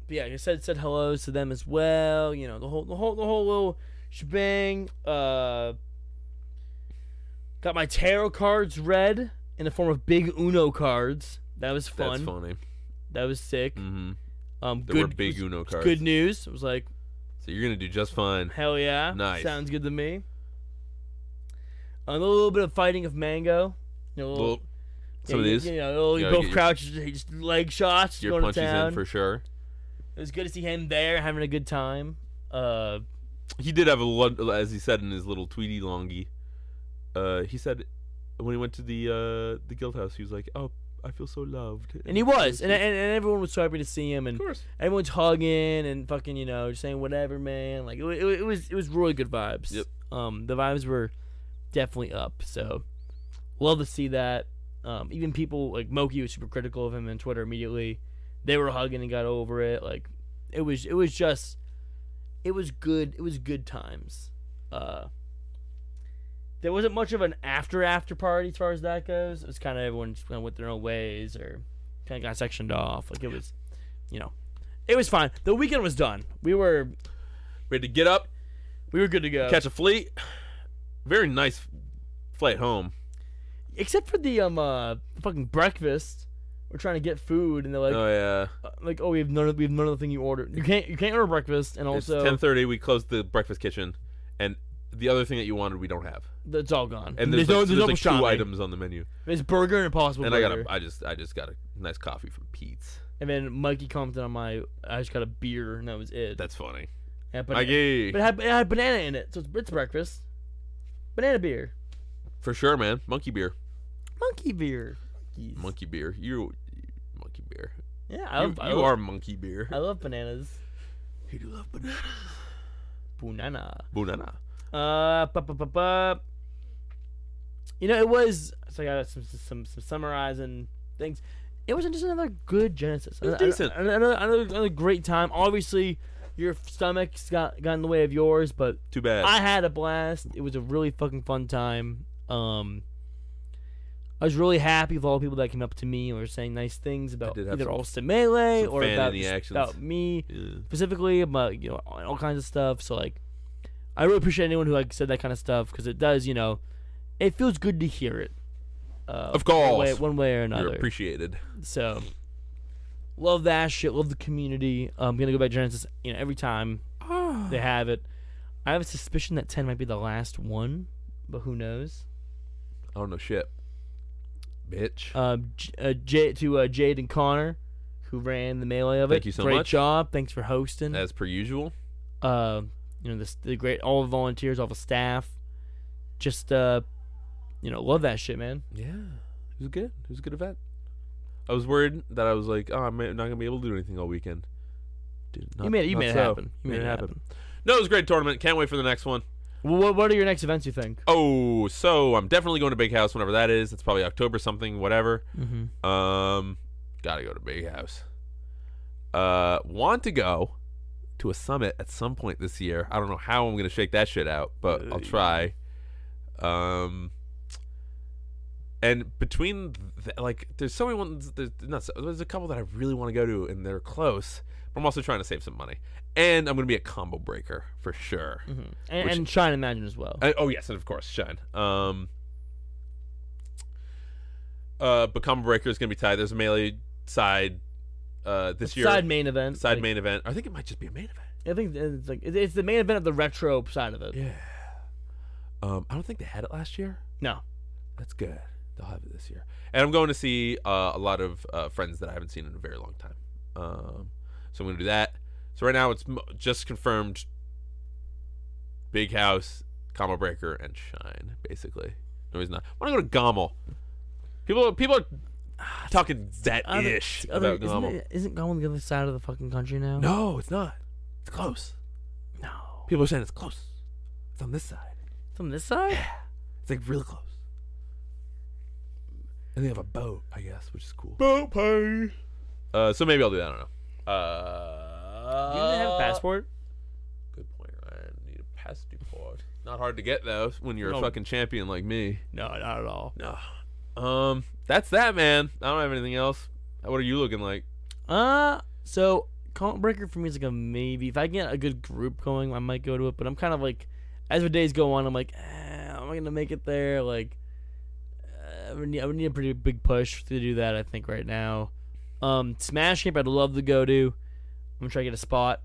S2: but yeah, I said said hello to them as well. You know the whole the whole the whole little shebang. Uh, got my tarot cards read in the form of big Uno cards. That was fun.
S1: That's funny.
S2: That was sick.
S1: Mm-hmm.
S2: Um,
S1: There
S2: good,
S1: were big
S2: was-
S1: Uno
S2: was
S1: cards.
S2: Good news. It was like
S1: So you're gonna do just fine.
S2: hell yeah.
S1: Nice.
S2: Sounds good to me. A little bit of fighting of mango. You know, a little-
S1: Well, some
S2: yeah,
S1: of
S2: you-
S1: these
S2: You know,
S1: You
S2: you
S1: gotta
S2: both
S1: get your-
S2: crouch, just- just leg shots, just
S1: your
S2: going to
S1: punches
S2: town.
S1: in for sure.
S2: It was good to see him there, having a good time. Uh,
S1: He did have a lot, as he said in his little Tweety Longy. Uh, he said when he went to the uh the guild house, he was like, "Oh, I feel so loved."
S2: and he
S1: it's so
S2: was, and,
S1: sweet.
S2: and and everyone was so happy to see him,
S1: of
S2: and
S1: course,
S2: everyone's hugging and fucking, you know, just saying whatever, man. Like it, wa- it, wa- it was, it was really good vibes.
S1: Yep.
S2: Um, the vibes were definitely up. So love to see that. Um, even people like Moki was super critical of him on Twitter immediately. They were hugging and got over it. Like it was, it was just, it was good. It was good times. Uh, there wasn't much of an after after party as far as that goes. It was kind of everyone just kind of went their own ways or kind of got sectioned off. Like it was, you know, it was fine. The weekend was done. We were
S1: we had to get up,
S2: we were good to go.
S1: catch a fleet. Very nice flight home.
S2: Except for the um uh fucking breakfast. We're trying to get food and they're like
S1: oh yeah,
S2: uh, like oh we have none of we have none of the thing you ordered. You can't you can't order breakfast and
S1: it's ten
S2: also
S1: thirty. We closed the breakfast kitchen, and the other thing that you wanted, we don't have.
S2: it's all gone.
S1: And there's, like,
S2: no
S1: there's, like, two
S2: pastrami.
S1: items on the menu.
S2: There's burger and impossible
S1: and I
S2: burger.
S1: got a, I just I just got a nice coffee from Pete's.
S2: and then Mikey commented on my I just got a beer and that was it.
S1: That's funny.
S2: Yeah, but
S1: Mikey.
S2: But it had, it had banana in it, so it's, it's breakfast. Banana beer.
S1: For sure, man. Monkey beer.
S2: Monkey beer. Monkeys.
S1: Monkey beer. You monkey beer.
S2: Yeah, I
S1: You,
S2: love, I
S1: you
S2: love-
S1: are monkey beer.
S2: I love bananas.
S1: You do love banana.
S2: Banana.
S1: Banana.
S2: Uh, bu- bu- bu- bu- You know, it was. So I got some some some summarizing things. It wasn't just another good Genesis.
S1: It was
S2: Another-
S1: decent.
S2: Another, another another great time. Obviously, your stomach's got got in the way of yours, but
S1: Too bad.
S2: I had a blast. It was a really fucking fun time. Um, I was really happy with all the people that came up to me and were saying nice things about
S1: did have
S2: either
S1: some-
S2: Austin Melee
S1: some
S2: or
S1: fan
S2: about,
S1: in the
S2: just
S1: actions.
S2: about me
S1: Yeah.
S2: specifically about you know all kinds of stuff. So like, I really appreciate anyone who like said that kind of stuff because it does you know, it feels good to hear it. Uh,
S1: Of
S2: one way,
S1: course.
S2: one way or
S1: You're
S2: another.
S1: appreciated.
S2: so, love that shit. Love the community. I'm gonna go back to Genesis. You know every time they
S1: Ah.
S2: have it. I have a suspicion that ten might be the last one, but who knows?
S1: I don't know shit. Bitch.
S2: Um, J- uh, J- to uh, Jade and Connor, who ran the melee of it.
S1: Thank you so
S2: Great
S1: much.
S2: job. Thanks for hosting.
S1: As per usual.
S2: uh, you know, the, the great all the volunteers, all the staff, just uh, you know, love that shit, man.
S1: Yeah. It was good. It was a good event. I was worried that I was like, oh, I'm not gonna be able to do anything all weekend. Dude, not,
S2: you made it, you
S1: not
S2: made it
S1: so.
S2: happen. You made, it happen.
S1: No, it was a great tournament. Can't wait for the next one.
S2: Well, what, what are your next events? You think?
S1: Oh, so I'm definitely going to Big House whenever that is. It's probably October something, whatever.
S2: Mm-hmm.
S1: Um, gotta go to Big House. Uh, want to go to a summit at some point this year. I don't know how I'm gonna shake that shit out, but I'll try. Um, and between th- like, there's so many ones. There's not. So, there's a couple that I really want to go to, and they're close. But I'm also trying to save some money, and I'm gonna be a combo breaker for sure.
S2: hmm And,
S1: Which-
S2: and Shine Imagine as well.
S1: Uh, oh yes, and of course, Shine. Um, uh, but Combo Breaker is going to be tied. There's a melee side uh, this year.
S2: side main event.
S1: side
S2: like,
S1: main event. I think it might just be a main event.
S2: I think it's like it- it's the main event of the retro side of it.
S1: Yeah. Um, I don't think they had it last year.
S2: No.
S1: That's good. They'll have it this year. And I'm going to see uh, a lot of uh, friends that I haven't seen in a very long time. Um, so I'm going to do that. So right now it's mo- just confirmed. Big House, Combo Breaker, and Shine. Basically, no reason not. I want to go to Gommel. People, people are talking that
S2: Other-
S1: ish
S2: other-
S1: about
S2: isn't,
S1: Gommel.
S2: it, um, isn't Gommel the other side of the fucking country now?
S1: No, it's not. It's close.
S2: No.
S1: People are saying it's close. It's on this side.
S2: From this side?
S1: It's like real close. And they have a boat, I guess, which is cool.
S2: Boat party.
S1: Uh, so maybe I'll do that. I don't know.
S2: Do you even
S1: Uh,
S2: have a passport?
S1: Good point, Ryan. Need a passport. Not hard to get though when you're
S2: No.
S1: a fucking champion like me.
S2: No, not at all.
S1: No. Um, that's that, man. I don't have anything else. What are you looking like?
S2: Uh, so comment breaker for me is like a maybe. If I can get a good group going, I might go to it. But I'm kind of like, as the days go on, I'm like, eh, am I gonna make it there? Like, uh, I would need, I would need a pretty big push to do that. I think right now, um, Smash Camp I'd love to go to. I'm gonna try to get a spot,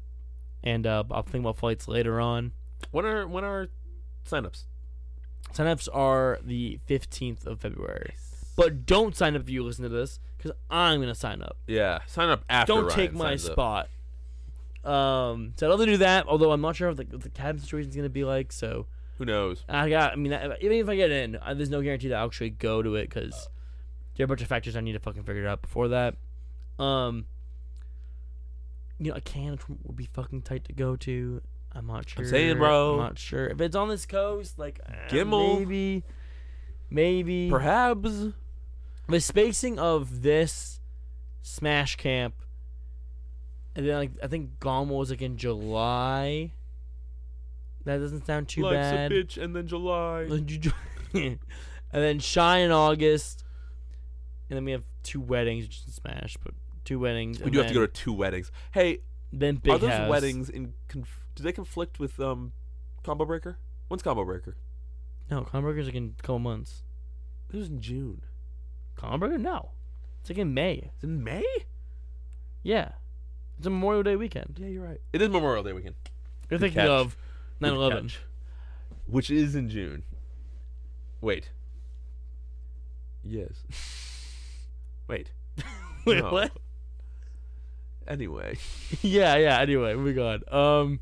S2: and uh, I'll think about flights later on.
S1: When are when are signups?
S2: Signups are the 15th of February. But don't sign up if you listen to this, because I'm gonna sign up.
S1: Yeah, sign up after.
S2: don't
S1: Ryan
S2: take my
S1: signs up.
S2: spot. Um, so I'd love to do that. Although I'm not sure what the, what the cabin situation is gonna be like. So
S1: Who knows?
S2: I got. I mean, I, even if I get in, I, there's no guarantee that I'll actually go to it because there are a bunch of factors I need to fucking figure out before that. Um, you know, a can would be fucking tight to go to. I'm not sure.
S1: I'm saying, bro.
S2: I'm not sure if it's on this coast. Like, eh,
S1: Gimel.
S2: maybe, maybe
S1: Perhaps.
S2: the spacing of this smash camp and then like i think gone was like in july that doesn't sound too
S1: Life's
S2: bad
S1: a bitch, and then July.
S2: and then shy in august and then we have two weddings just in smash but two weddings
S1: We do have to go to two weddings. Hey,
S2: then big
S1: are those
S2: house.
S1: weddings in? Conf- do they conflict with um, combo breaker? When's combo breaker?
S2: no conberger's like in a couple months
S1: It was in June.
S2: conberger no it's like in may
S1: It's in May.
S2: yeah it's a memorial day weekend
S1: Yeah, you're right. It is Memorial Day weekend.
S2: you're
S1: Good
S2: thinking
S1: catch.
S2: of
S1: Good
S2: 9-11
S1: catch. which is in June. Wait. Yes. Wait.
S2: wait
S1: No.
S2: what
S1: Anyway,
S2: yeah, yeah. Anyway, moving on. Um,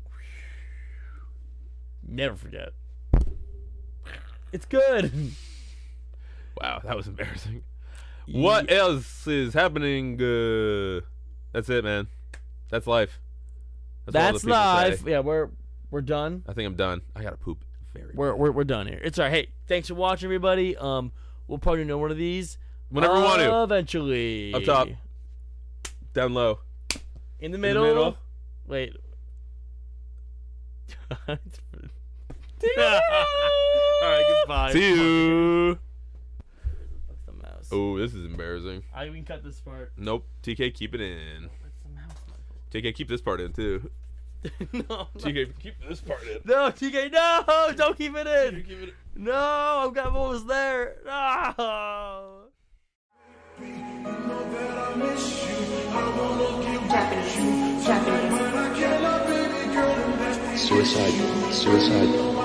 S2: never forget. It's good.
S1: wow, that was embarrassing. What else is happening? Uh, that's it, man. That's life. what other
S2: That's
S1: people say.
S2: live. Yeah, we're we're done.
S1: I think I'm done. I gotta poop. Very.
S2: We're, we're we're done here. It's all right. Hey, thanks for watching, everybody. Um, we'll probably know one of these
S1: Whenever we want to.
S2: Eventually,
S1: Up top. Down low.
S2: in the
S1: In the
S2: middle.
S1: middle.
S2: Wait. all right. Goodbye.
S1: See you.
S2: What's the mouse?
S1: Oh, this is embarrassing.
S2: I can cut this part.
S1: Nope. TK, keep it in.
S2: What's the mouse?
S1: TK, keep this part in too.
S2: no, no.
S1: TK, keep this part in.
S2: no, TK, no, don't keep it in.
S1: Keep it-
S2: No, I've got what was there. No.
S3: know that I miss you. I wanna get back at you. But I cannot, baby girl, and that's
S4: Suicide. Suicide.